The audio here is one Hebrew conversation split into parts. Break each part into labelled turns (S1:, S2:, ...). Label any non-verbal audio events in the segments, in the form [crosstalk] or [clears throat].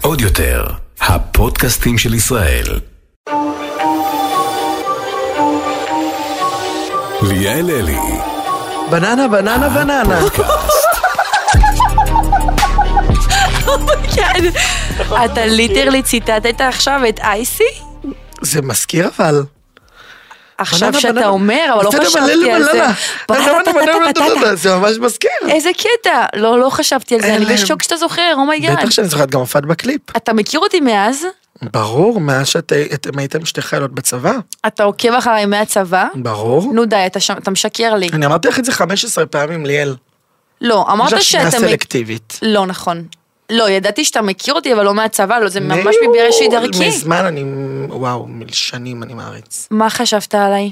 S1: עוד יותר, הפודקאסטים של ישראל. ליאל אלי,
S2: בננה, בננה, בננה.
S3: כן. אתה ליטרלי ציטטת עכשיו את אייסי?
S2: זה מזכיר אבל.
S3: עכשיו
S2: בננה,
S3: שאתה
S2: בננה.
S3: אומר, אבל לא
S2: בסדר,
S3: חשבתי על
S2: בננה,
S3: זה.
S2: בננה. בננה, בננה, בננה, לא, זה ממש מזכיר.
S3: איזה קטע, לא, לא חשבתי על זה,
S2: אין
S3: אני
S2: להם.
S3: בשוק שאתה זוכר, אומייגאד.
S2: בטח שאני זוכר, את גם הופעת בקליפ.
S3: אתה מכיר אותי מאז,
S2: ברור, מאז שאתם הייתם שתי חיילות בצבא.
S3: אתה עוקב אחריי מהצבא,
S2: ברור.
S3: נו די, אתה, ש... אתה משקר לי.
S2: אני אמרתי לך את זה 15 פעמים, ליאל.
S3: לא,
S2: יש
S3: אמרת
S2: לך שמיעה
S3: שאתה... מכ-
S2: סלקטיבית.
S3: לא נכון. לא, ידעתי שאתה מכיר אותי, אבל לא מהצבא, לא, זה ממש
S2: נו,
S3: מבראשית דרכי.
S2: מזמן אני, וואו, שנים אני מעריץ.
S3: מה חשבת עליי?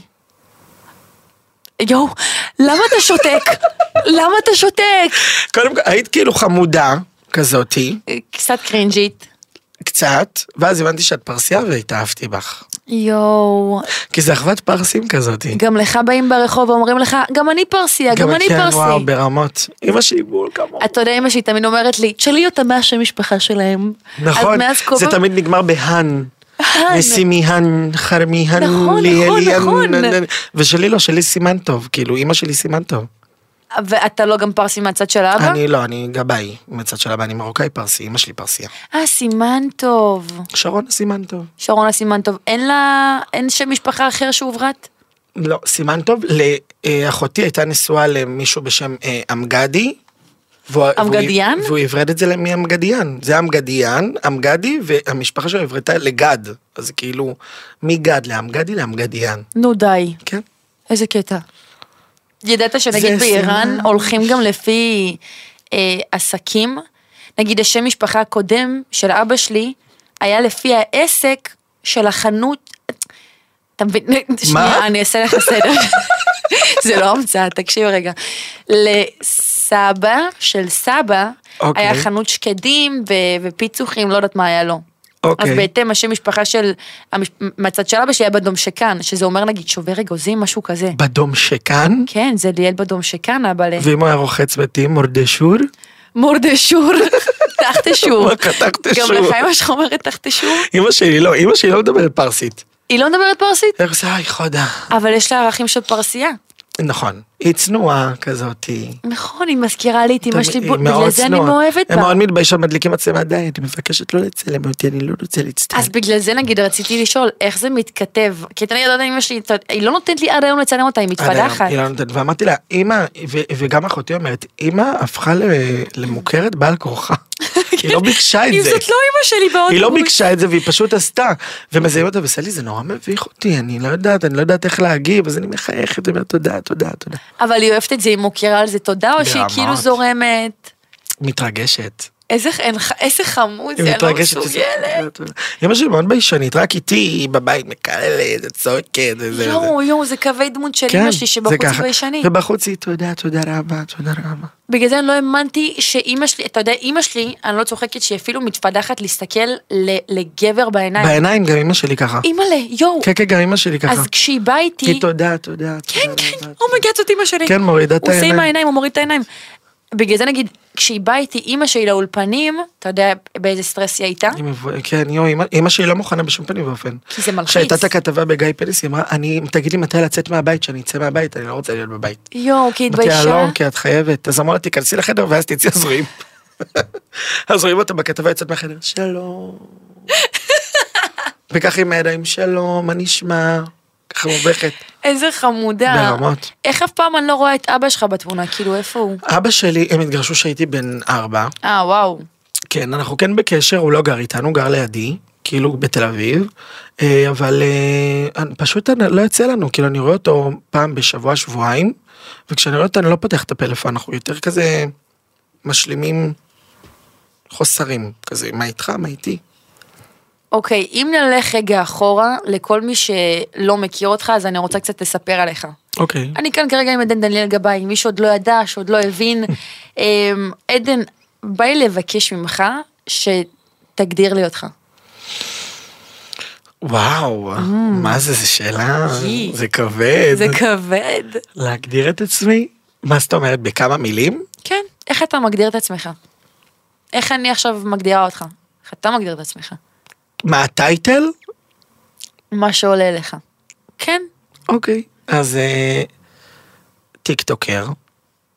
S3: יואו, למה אתה שותק? למה אתה שותק?
S2: קודם כל, היית כאילו חמודה כזאתי,
S3: אה, קצת קרינג'ית.
S2: קצת, ואז הבנתי שאת פרסייה והתאהבתי בך.
S3: יואו,
S2: כי זה אחוות פרסים כזאתי.
S3: גם לך באים ברחוב ואומרים לך, גם אני פרסייה, גם אני
S2: כן, וואו,
S3: פרסי.
S2: ברמות. אמא שלי בול כמוהו.
S3: אתה יודע, אמא שלי תמיד אומרת לי, תשאלי אותה מה השם משפחה שלהם.
S2: נכון,
S3: אז מאז כל
S2: זה
S3: פעם-
S2: תמיד נגמר בהאן. נסימיהן, חרמיהן,
S3: נכון, נכון,
S2: ליאליהן,
S3: נכון.
S2: ושלי לא, שלי סימן טוב, כאילו, אמא שלי סימן טוב.
S3: ואתה לא גם פרסי מהצד של אבא?
S2: אני לא, אני גבאי, מצד של אבא, אני מרוקאי פרסי, אמא שלי פרסייה.
S3: אה, סימן טוב.
S2: שרונה סימן טוב.
S3: שרונה סימן טוב, אין לה, אין שם משפחה אחר שהוברט?
S2: לא, סימן טוב, לאחותי הייתה נשואה למישהו בשם אה, אמגדי. והוא-
S3: אמגדיאן?
S2: והוא- והוא הברד את זה מאמגדיאן. זה אמגדיאן, אמגדי, והמשפחה שלו הברתה לגד. אז כאילו, מגד לאמגדי לאמגדיאן.
S3: נו די,
S2: כן?
S3: איזה קטע. ידעת שנגיד
S2: זה
S3: באיראן
S2: סימן.
S3: הולכים גם לפי אה, עסקים? נגיד השם משפחה הקודם של אבא שלי היה לפי העסק של החנות,
S2: [laughs]
S3: אתה מבין? שנייה, אני אעשה לך סדר. [laughs] זה לא המצאה, תקשיב רגע. לסבא של סבא
S2: אוקיי.
S3: היה חנות שקדים ו- ופיצוחים, לא יודעת מה היה לו.
S2: אוקיי.
S3: אז בהתאם השם משפחה של, המש... מהצד של אבא שלי היה בדומשקן, שזה אומר נגיד שובר אגוזים, משהו כזה.
S2: בדום שכאן,
S3: כן, זה ליאל בדומשקן, אבא ל...
S2: ואם הוא היה רוחץ בתים, מורדשור,
S3: מורדשור, [laughs] תחתשור.
S2: מה, תחתשור?
S3: גם לך אמא שלך אומרת תחתשור?
S2: אמא שלי לא, אמא שלי לא מדברת פרסית.
S3: היא לא מדברת פרסית,
S2: איך זה, היי חודה.
S3: אבל יש לה ערכים של פרסייה.
S2: נכון, היא צנועה כזאתי.
S3: נכון, היא מזכירה לי את אמא שלי,
S2: היא
S3: בול- בגלל
S2: מאוד
S3: זה אני
S2: צנועה.
S3: מאוהבת
S2: הם
S3: בה.
S2: מאוד מתביישות, מדליקים מצלמה, די, את מבקשת לא לצלם אותי, אני לא רוצה להצטער.
S3: אז בגלל זה נגיד רציתי לשאול, איך זה מתכתב? כי אתה נגיד, לא יודע, אמא שלי, אתה- היא לא נותנת לי עד היום לצלם אותה, היא
S2: עד היום,
S3: מתפדחת.
S2: היא לא נותנת, ואמרתי לה, אמא, ו- וגם אחותי אומרת, אמא הפכה ל- למוכרת בעל
S3: [laughs]
S2: כורחה. היא לא ביקשה
S3: אם
S2: את זה.
S3: זאת לא אמא שלי באוטובוס.
S2: היא לא ביקשה את זה והיא פשוט עשתה. ומזהים אותה וסלי זה נורא מביך אותי, אני לא יודעת, אני לא יודעת איך להגיב, אז אני מחייכת ואומרת תודה, תודה, תודה.
S3: אבל היא אוהבת את זה, היא מוקירה על זה תודה, או שהיא
S2: ברמות.
S3: כאילו זורמת?
S2: מתרגשת.
S3: איזה, אין, ח- איזה חמוד זה,
S2: היא
S3: אני לא
S2: מתרגשת. שזה-
S3: מסוגלת.
S2: תודה, תודה. אמא שלי מאוד ביישנית, רק איתי היא בבית מקללת, צועקת וזה. וזה.
S3: יואו, יואו, זה קווי דמות של לא, אמא שלי
S2: כן, זה
S3: שבחוץ
S2: ככה.
S3: היא ביישנית.
S2: ובחוץ היא תודה, תודה רבה, תודה רבה.
S3: בגלל זה אני לא האמנתי שאימא שלי, אתה יודע, אימא שלי, אני לא צוחקת, שהיא אפילו מתפדחת להסתכל ל- לגבר בעיניים.
S2: בעיניים גם אמא שלי ככה.
S3: אימא'לה, יואו.
S2: כן, כן, גם אמא שלי ככה.
S3: אז כשהיא באה איתי,
S2: היא תודה, תודה,
S3: כן,
S2: תודה
S3: כן,
S2: רבה.
S3: אומייגאד זאת אימא שלי.
S2: כן, מורידה את
S3: הוא עושה עם
S2: העיניים.
S3: העיניים, הוא מוריד את העיניים. בגלל זה נגיד, כשהיא באה איתי, אימא שלי לאולפנים, אתה יודע באיזה סטרס היא הייתה?
S2: אני מבוא- כן, יואו, אמא- אמא שלי לא מוכנה בשום פנים ואופן.
S3: כי זה מלחיץ.
S2: כשהייתה את הכתבה בגיא פלס, היא אמרה, אני, תגיד לי מתי לצאת מהבית, שאני אצא מהבית, אני לא רוצה להיות בבית.
S3: יואו, כי היא
S2: אמרתי לה,
S3: התביישה.
S2: לא, כי את חייבת. אז אמרה לה, תיכנסי לחדר ואז תצאי, אז רואים. [laughs] אז רואים אותה בכתבה יוצאת מהחדר, שלום. וככה עם הידיים, שלום, מה נשמע? ככה מובכת.
S3: איזה חמודה.
S2: ברמות.
S3: איך אף פעם אני לא רואה את אבא שלך בתמונה, כאילו, איפה הוא?
S2: אבא שלי, הם התגרשו כשהייתי בן ארבע.
S3: אה, וואו.
S2: כן, אנחנו כן בקשר, הוא לא גר איתנו, הוא גר לידי, כאילו בתל אביב, אה, אבל אה, אני- פשוט אני- לא יוצא לנו, כאילו אני רואה אותו פעם בשבוע, שבועיים, וכשאני רואה אותו אני לא פותח את הפלאפון, אנחנו יותר כזה משלימים חוסרים, כזה, מה איתך, מה איתי?
S3: אוקיי, אם נלך רגע אחורה, לכל מי שלא מכיר אותך, אז אני רוצה קצת לספר עליך.
S2: אוקיי.
S3: אני כאן כרגע עם עדן דניאל גבאי, מי שעוד לא ידע, שעוד לא הבין. אמ, עדן, בא לי לבקש ממך שתגדיר לי אותך.
S2: וואו, מה זה, זו שאלה,
S3: יי.
S2: זה כבד.
S3: זה כבד.
S2: להגדיר את עצמי? מה זאת אומרת, בכמה מילים?
S3: כן, איך אתה מגדיר את עצמך? איך אני עכשיו מגדירה אותך? איך אתה מגדיר את עצמך?
S2: מה הטייטל?
S3: מה שעולה לך. כן,
S2: אוקיי. אז אה, טיקטוקר,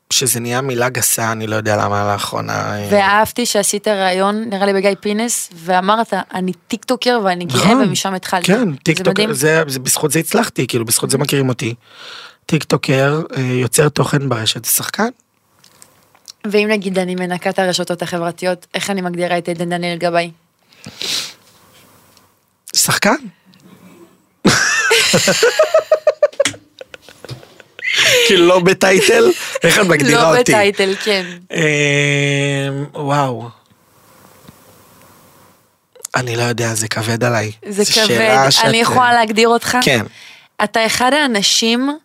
S2: שזה נהיה מילה גסה, אני לא יודע למה לאחרונה. אה,
S3: ואהבתי שעשית ראיון, נראה לי בגיא פינס, ואמרת, אני טיקטוקר ואני גאה
S2: נכון.
S3: ומשם התחלתי.
S2: כן,
S3: זה
S2: טיקטוקר,
S3: מדהים.
S2: זה, זה בזכות זה הצלחתי, כאילו בזכות זה מכירים אותי. טיקטוקר, אה, יוצר תוכן ברשת, זה שחקן.
S3: ואם נגיד אני מנקה את הרשתות החברתיות, איך אני מגדירה את עדן דניאל גבאי? [laughs]
S2: שחקן. כאילו לא בטייטל, איך את מגדירה
S3: לא
S2: אותי?
S3: בטייטל, כן.
S2: אמ, וואו. אני לא יודע, זה כבד עליי.
S3: זה
S2: זו
S3: כבד,
S2: שאלה שאת-
S3: אני יכולה להגדיר אותך?
S2: כן.
S3: אתה אחד האנשים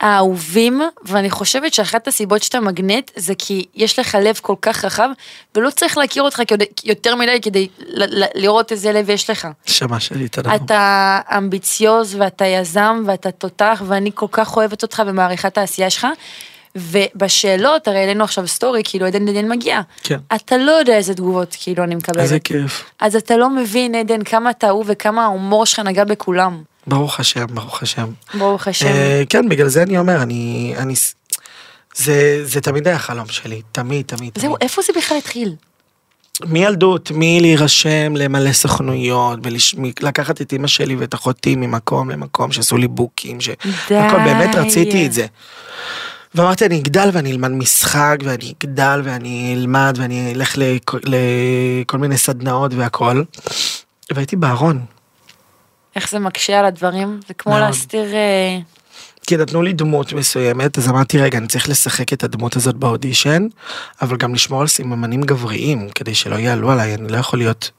S3: האהובים, ואני חושבת שאחת הסיבות שאתה מגנט זה כי יש לך לב כל כך רחב, ולא צריך להכיר אותך כדי- יותר מדי כדי ל- ל- לראות איזה לב יש לך.
S2: שמע שלי, תודה.
S3: אתה אמביציוז ואתה יזם ואתה תותח, ואני כל כך אוהבת אותך ומעריכה את העשייה שלך. ובשאלות, הרי העלינו עכשיו סטורי, כאילו עדן דניאל מגיע.
S2: כן.
S3: אתה לא יודע איזה תגובות כאילו אני מקבלת.
S2: איזה כיף.
S3: אז אתה לא מבין, עדן, כמה אתה אהוב וכמה ההומור שלך נגע בכולם.
S2: ברוך השם, ברוך השם.
S3: ברוך השם.
S2: אה, כן, בגלל זה אני אומר, אני... אני ס- זה, זה תמיד היה חלום שלי, תמיד, תמיד.
S3: זהו,
S2: תמיד.
S3: איפה זה בכלל התחיל?
S2: מילדות, מלהירשם למלא סוכנויות, ולש- מ- לקחת את אימא שלי ואת אחותי ממקום למקום, שעשו לי בוקים, ש...
S3: די.
S2: הכל, באמת רציתי את זה. ואמרתי, אני אגדל ואני אלמד משחק, ואני אגדל ואני אלמד, ואני אלך לכ- לכל מיני סדנאות והכל. והייתי בארון,
S3: איך זה מקשה על הדברים? זה כמו
S2: מאוד.
S3: להסתיר... אה,
S2: כי נתנו לי דמות מסוימת, אז אמרתי, רגע, אני צריך לשחק את הדמות הזאת באודישן, אבל גם לשמור על סממנים גבריים, כדי שלא יעלו עליי, אני לא יכול להיות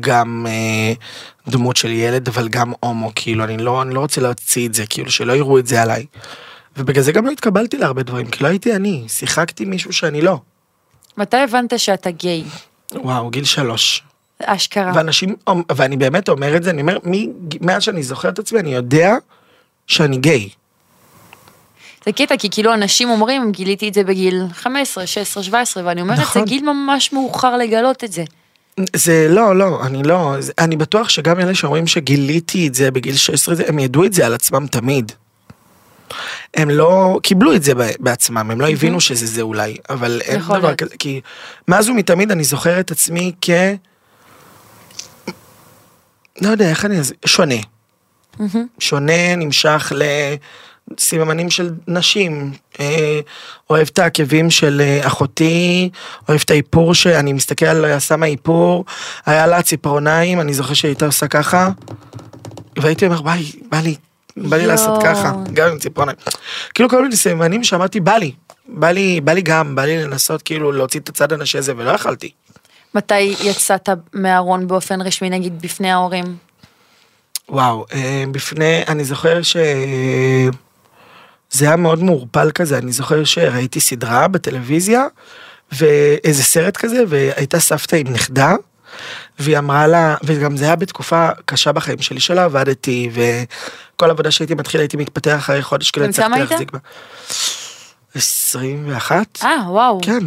S2: גם אה, דמות של ילד, אבל גם הומו, כאילו, אני לא, אני לא רוצה להוציא את זה, כאילו, שלא יראו את זה עליי. ובגלל זה גם לא התקבלתי להרבה דברים, כי לא הייתי אני, שיחקתי מישהו שאני לא.
S3: מתי הבנת שאתה גיי?
S2: וואו, גיל שלוש.
S3: אשכרה.
S2: ואנשים, ואני באמת אומר את זה, אני אומר, מי- מאז שאני זוכר את עצמי, אני יודע שאני גיי.
S3: זה קטע, כי כאילו אנשים אומרים, גיליתי את זה בגיל 15, 16, 17, ואני אומרת, זה
S2: נכון.
S3: גיל ממש מאוחר לגלות את זה.
S2: זה לא, לא, אני לא, זה- אני בטוח שגם אלה שאומרים שגיליתי את זה בגיל 16, זה- הם ידעו את זה על עצמם תמיד. הם לא קיבלו את זה ב- בעצמם, הם לא הבינו שזה זה אולי, אבל אין
S3: יכול
S2: דבר
S3: להיות.
S2: כזה, כי מאז ומתמיד אני זוכר את עצמי כ... לא יודע, איך אני... אז- שונה. שונה, נמשך לסממנים של נשים. אה, אוהב את העקבים של אה, אחותי, אוהב את האיפור שאני מסתכל על שמה איפור, היה לה ציפורניים, אני זוכר שהיא הייתה עושה ככה, והייתי אומר, וואי, בא לי, בא לי
S3: יואו.
S2: לעשות ככה, גם עם ציפורניים. כאילו כל מיני סממנים שאמרתי, בא לי, בא לי, בא לי גם, בא לי לנסות כאילו להוציא את הצד הנשי הזה, ולא יכלתי.
S3: מתי יצאת מהארון באופן רשמי, נגיד, בפני ההורים?
S2: וואו, אה, בפני, אני זוכר ש... זה היה מאוד מעורפל כזה, אני זוכר שראיתי סדרה בטלוויזיה, ואיזה סרט כזה, והייתה סבתא עם נכדה, והיא אמרה לה, וגם זה היה בתקופה קשה בחיים שלי, שלא עבדתי, וכל עבודה שהייתי מתחיל הייתי מתפתח אחרי חודש, כאילו
S3: בן כמה
S2: הצלחתי להחזיק
S3: היית?
S2: בה. 21?
S3: אה, וואו.
S2: כן,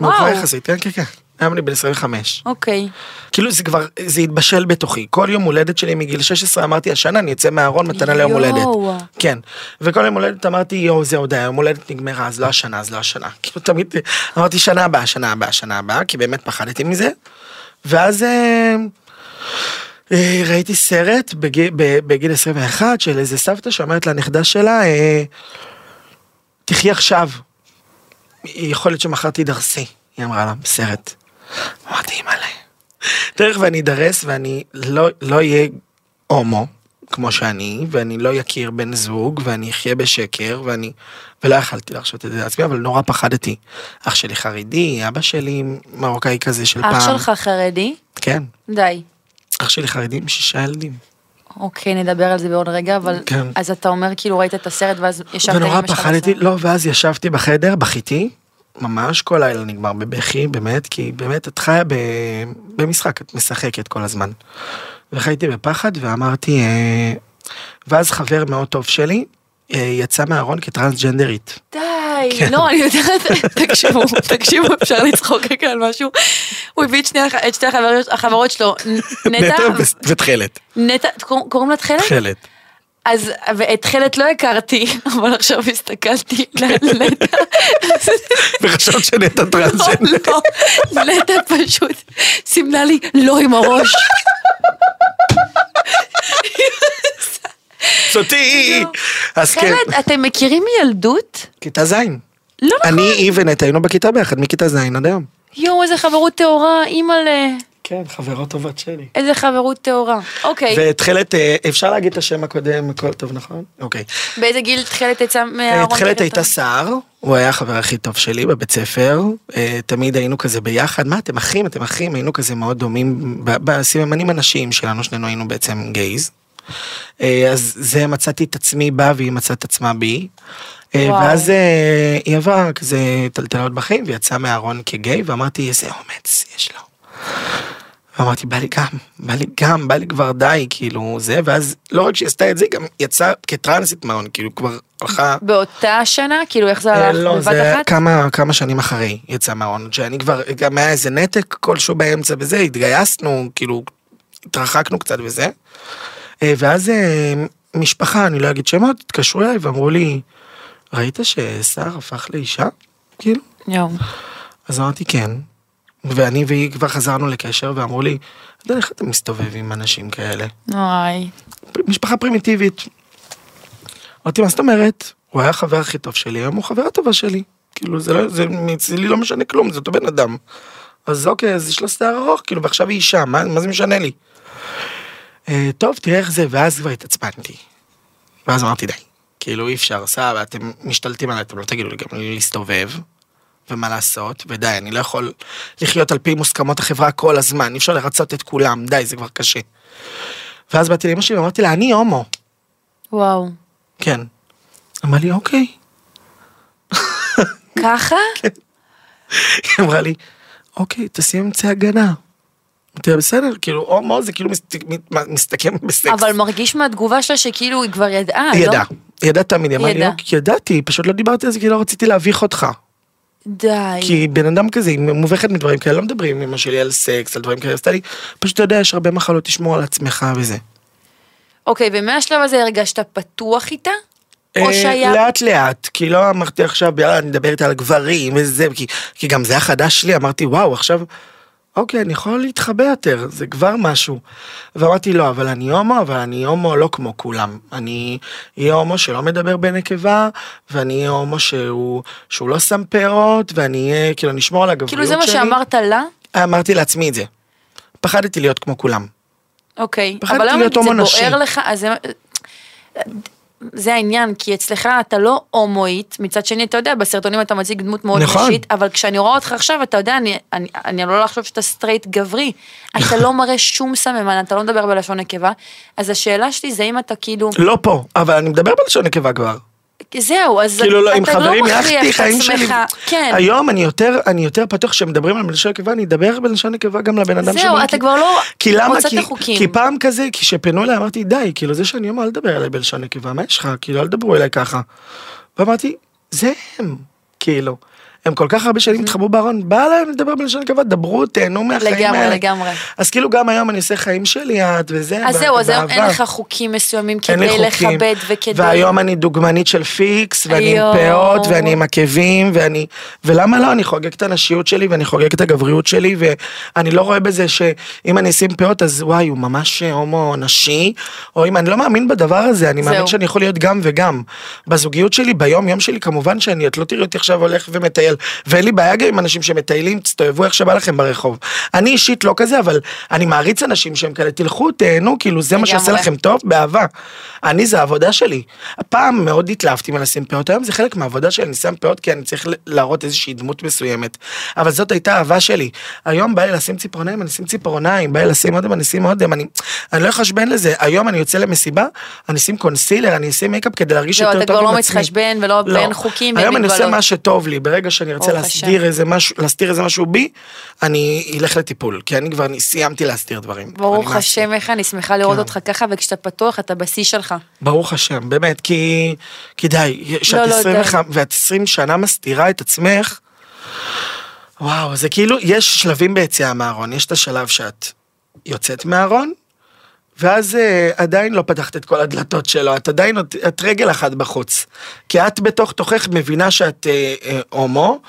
S2: מאוחר יחסית, כן, כן, כן. היום אני בן 25.
S3: אוקיי.
S2: כאילו זה כבר, זה התבשל בתוכי. כל יום הולדת שלי מגיל 16 אמרתי, השנה אני יוצא מהארון מתנה ליום הולדת.
S3: יואו.
S2: כן. וכל יום הולדת אמרתי, יואו, זהו, די, יום הולדת נגמרה, אז לא השנה, אז לא השנה. [laughs] כאילו תמיד אמרתי, שנה הבאה, שנה הבאה, שנה הבאה, כי באמת פחדתי מזה. ואז אה, אה, ראיתי סרט בגיל, ב- בגיל 21 של איזה סבתא שאומרת לנכדה שלה, אה, תחי עכשיו. יכול להיות שמחר תידרסי, היא אמרה לה, בסרט. אמרתי, אימא'לה. תכף ואני אדרס ואני לא לא אהיה הומו, כמו שאני, ואני לא אכיר בן זוג, ואני אחיה בשקר, ואני... ולא יכלתי להרשות את זה לעצמי, אבל נורא פחדתי. אח שלי חרדי, אבא שלי מרוקאי כזה של פעם.
S3: אח שלך חרדי?
S2: כן.
S3: די.
S2: אח שלי חרדי עם שישה ילדים.
S3: אוקיי, נדבר על זה בעוד רגע, אבל...
S2: כן.
S3: אז אתה אומר, כאילו, ראית את הסרט, ואז ישבת עם
S2: ונורא
S3: אמא שלך
S2: פחדתי,
S3: בסרט.
S2: לא, ואז ישבתי בחדר, בכיתי, ממש כל לילה נגמר בבכי, באמת, כי באמת את חיה ב... במשחק, את משחקת כל הזמן. וחייתי בפחד ואמרתי, אה, ואז חבר מאוד טוב שלי, אה, יצאה מהארון כטרנסג'נדרית.
S3: די,
S2: כן.
S3: לא, אני יודעת, [laughs] תקשיבו, תקשיבו, אפשר לצחוק רגע על משהו. הוא הביא את שני הח- את שתי החברות- החברות שלו, נ- נטע,
S2: נטע ו- ותכלת.
S3: נטע, קור- קוראים לה תכלת? [laughs]
S2: תכלת.
S3: אז, ואת תכלת לא הכרתי, [laughs] אבל עכשיו הסתכלתי [laughs] על נטע,
S2: וחשבת שנטע טרנסג'נדר.
S3: לא, נטע פשוט סימנה לי לא עם הראש.
S2: זאתי! [laughs] אז כן.
S3: לא. תכלת, אתם מכירים מילדות?
S2: כיתה ז'.
S3: לא נכון.
S2: אני, היא ונטע היינו בכיתה ביחד מכיתה ז' עד היום.
S3: יואו, איזה חברות טהורה, אימא'לה,
S2: כן, חברה טובת שלי.
S3: איזה חברות טהורה. אוקיי,
S2: ותכלת, אה, אפשר להגיד את השם הקודם, הכל טוב, נכון? אוקיי.
S3: באיזה גיל תכלת יצאה
S2: אה,
S3: מהארון?
S2: תכלת
S3: בקטן?
S2: הייתה סער, הוא היה החבר הכי טוב שלי בבית ספר, אה, תמיד היינו כזה ביחד, מה אתם אחים, אתם אחים, היינו כזה מאוד דומים ב- בסממנים הנשיים שלנו, שנינו היינו בעצם גייז. אה, אז זה מצאתי את עצמי בה והיא מצאה את עצמה בי. אה,
S3: וואו.
S2: ואז אה, היא עברה כזה טלטלות בחיים ויצאה מהארון כגיי ואמרתי איזה אומץ יש לו. אמרתי בא לי גם, בא לי גם, בא לי כבר די, כאילו זה, ואז לא רק שהיא עשתה את זה, היא גם יצאה כטרנסית מהאון, כאילו כבר הלכה...
S3: באותה שנה? כאילו איך זה
S2: אה,
S3: הלך
S2: לא,
S3: בבת
S2: זה
S3: אחת?
S2: כמה, כמה שנים אחרי יצא מהארון, שאני כבר, גם היה איזה נתק כלשהו באמצע וזה, התגייסנו, כאילו, התרחקנו קצת וזה. אה, ואז אה, משפחה, אני לא אגיד שמות, התקשרו אליי ואמרו לי, ראית שסער הפך לאישה? כאילו.
S3: יואו.
S2: אז אמרתי כן, ואני והיא כבר חזרנו לקשר ואמרו לי, אתה יודע איך אתה מסתובב עם אנשים כאלה?
S3: וואי.
S2: משפחה פרימיטיבית. אמרתי, מה זאת אומרת? הוא היה החבר הכי טוב שלי, היום הוא חבר הטובה שלי. כאילו, זה לא, זה אצלי לא משנה כלום, זה אותו בן אדם. אז אוקיי, אז יש לה שיער ארוך, כאילו, ועכשיו היא אישה, מה, מה זה משנה לי? אה, טוב, תראה איך זה, ואז כבר התעצבנתי. ואז אמרתי, די. כאילו, אי אפשר, סבבה, אתם משתלטים עליי, אתם לא תגידו לי גם להסתובב, ומה לעשות, ודי, אני לא יכול לחיות על פי מוסכמות החברה כל הזמן, אי אפשר לרצות את כולם, די, זה כבר קשה. ואז באתי לאמא שלי ואמרתי לה, אני הומו.
S3: וואו.
S2: כן. אמרה לי, אוקיי.
S3: ככה?
S2: היא אמרה לי, אוקיי, תשים אמצעי הגנה. אמרתי לה, בסדר, כאילו, הומו זה כאילו מסת- מת- מסתכם בסקס.
S3: אבל מרגיש מהתגובה שלה שכאילו היא כבר ידעה,
S2: היא
S3: לא?
S2: ידעה. היא ידעה תמיד, היא אמרה לי,
S3: ידעה.
S2: לא, כי ידעתי, פשוט לא דיברתי על זה כי לא רציתי להביך אותך.
S3: די.
S2: כי בן אדם כזה, היא מובכת מדברים כאלה, לא מדברים עם אמא שלי על סקס, על דברים כאלה, עשתה לי, פשוט אתה יודע, יש הרבה מחלות, תשמור על עצמך וזה.
S3: אוקיי, ומהשלב הזה הרגשת פתוח איתה? או
S2: אה,
S3: שהיה...
S2: לאט לאט, כי לא אמרתי עכשיו, יאללה, אני מדבר איתה על גברים וזה, כי, כי גם זה היה חדש לי, אמרתי, וואו, עכשיו, אוקיי, אני יכול להתחבא יותר, זה כבר משהו. ואמרתי, לא, אבל אני הומו, אבל אני הומו לא כמו כולם. אני אהיה הומו שלא מדבר בנקבה, ואני אהיה הומו שהוא, שהוא לא שם פאות, ואני אהיה, כאילו, אני אשמור על הגבריות
S3: כאילו
S2: שלי.
S3: זה מה שאמרת לה?
S2: אמרתי לעצמי את זה. פחדתי להיות כמו כולם.
S3: אוקיי.
S2: פחדתי
S3: אבל היום
S2: להיות
S3: זה
S2: הומו
S3: בוער
S2: נשי.
S3: לך, אז... זה- זה העניין, כי אצלך אתה לא הומואית, מצד שני אתה יודע, בסרטונים אתה מציג דמות מאוד
S2: נכון.
S3: נשית, אבל כשאני רואה אותך עכשיו, אתה יודע, אני, אני, אני עלולה לחשוב שאתה סטרייט גברי, אתה לא מראה שום סממן, אתה לא מדבר בלשון נקבה, אז השאלה שלי זה אם אתה כאילו,
S2: לא פה, אבל אני מדבר בלשון נקבה כבר.
S3: זהו, אז
S2: כאילו לא, עם
S3: אתה לא
S2: חברים
S3: מכריח
S2: יחתי
S3: את
S2: חיים שלי.
S3: עצמך, כן,
S2: היום אני יותר, אני יותר פתוח כשמדברים על בלשון נקבה, אני אדבר בלשון נקבה גם לבן אדם
S3: זהו,
S2: שבא,
S3: אתה
S2: כי-
S3: כבר לא
S2: כי למה?
S3: רוצה את
S2: כי-
S3: החוקים.
S2: כי פעם כזה, כשפנו אליי אמרתי, די, כאילו זה שאני אומר, אל תדבר אליי בלשון נקבה, מה יש לך? כאילו, אל תדברו אליי ככה. ואמרתי, זה הם, כאילו. הם כל כך הרבה
S3: Mm-hmm.
S2: שנים התחבאו בארון, בא להם לדבר בלשון נקבה, דברו, תהנו מהחיים
S3: לגמרי,
S2: האלה.
S3: לגמרי. אז
S2: אז כאילו גם היום אני עושה חיים שלי, את וזה, ב-
S3: זהו, אז היום אין
S2: באהבה.
S3: לך חוקים מסוימים
S2: אין לי
S3: כדי
S2: חוקים.
S3: לכבד וכדי...
S2: והיום אני דוגמנית של פיקס, ואני
S3: יואו.
S2: עם פאות, ואני עם עקבים, ואני... ולמה לא? אני חוגג את הנשיות שלי, ואני חוגג את הגבריות שלי, ואני לא רואה בזה שאם אני אשים פאות, אז וואי, הוא ממש הומו נשי, או אם אני לא מאמין בדבר הזה, אני מאמין
S3: זהו.
S2: שאני יכול להיות גם וגם. בזוגיות שלי, ביום יום שלי, כמובן שאני, את לא תראי אותי עכשיו הולך ומטייל, ואין לי בעיה גם עם אנשים שמטיילים, תסתובבו איך שבא לכם ברחוב. אני אישית לא כזה, אבל אני מעריץ אנשים שהם כאלה, תלכו, תהנו, כאילו, זה מה שעושה
S3: לגמרי.
S2: לכם טוב, באהבה. אני, זה העבודה שלי. פעם מאוד התלהבתי מלשים פאות, היום זה חלק מהעבודה שלי, אני שם פאות כי אני צריך ל- להראות איזושהי דמות מסוימת. אבל זאת הייתה אהבה שלי. היום בא לי לשים ציפורניים, אני אשים ציפורניים, בא לי לשים אודם, אני אשים אודם, אני, אני לא אחשבן לזה. היום אני יוצא למסיבה, אני אשים קונסילר, אני אשים מייקאפ כדי להרגיש
S3: זהו,
S2: יותר
S3: אתה
S2: טוב
S3: כבר
S2: עם
S3: לא
S2: עצמי.
S3: מתחשבן ולא- ואין חוקים ואין
S2: היום אני עושה
S3: מגבלות.
S2: מה שטוב לי, ברגע שאני ארצה
S3: ברוך השם.
S2: להסדיר איזה משהו, להסתיר איזה משהו בי, אני אלך לטיפול, כי אני כבר סיימתי להסתיר דברים.
S3: ברוך
S2: אני כן.
S3: השם, איך אני שמחה לראות אותך ככה, וכשאתה פתוח, אתה בשיא שלך.
S2: ברוך השם, באמת, כי, כי די,
S3: לא,
S2: שאת
S3: די.
S2: 25 ואת 20 שנה מסתירה את עצמך, וואו, זה כאילו, יש שלבים ביציאה מהארון, יש את השלב שאת יוצאת מהארון, ואז אה, עדיין לא פתחת את כל הדלתות שלו, את עדיין, עוד- את רגל אחת בחוץ. כי את בתוך תוכך מבינה שאת אה, אה, הומו,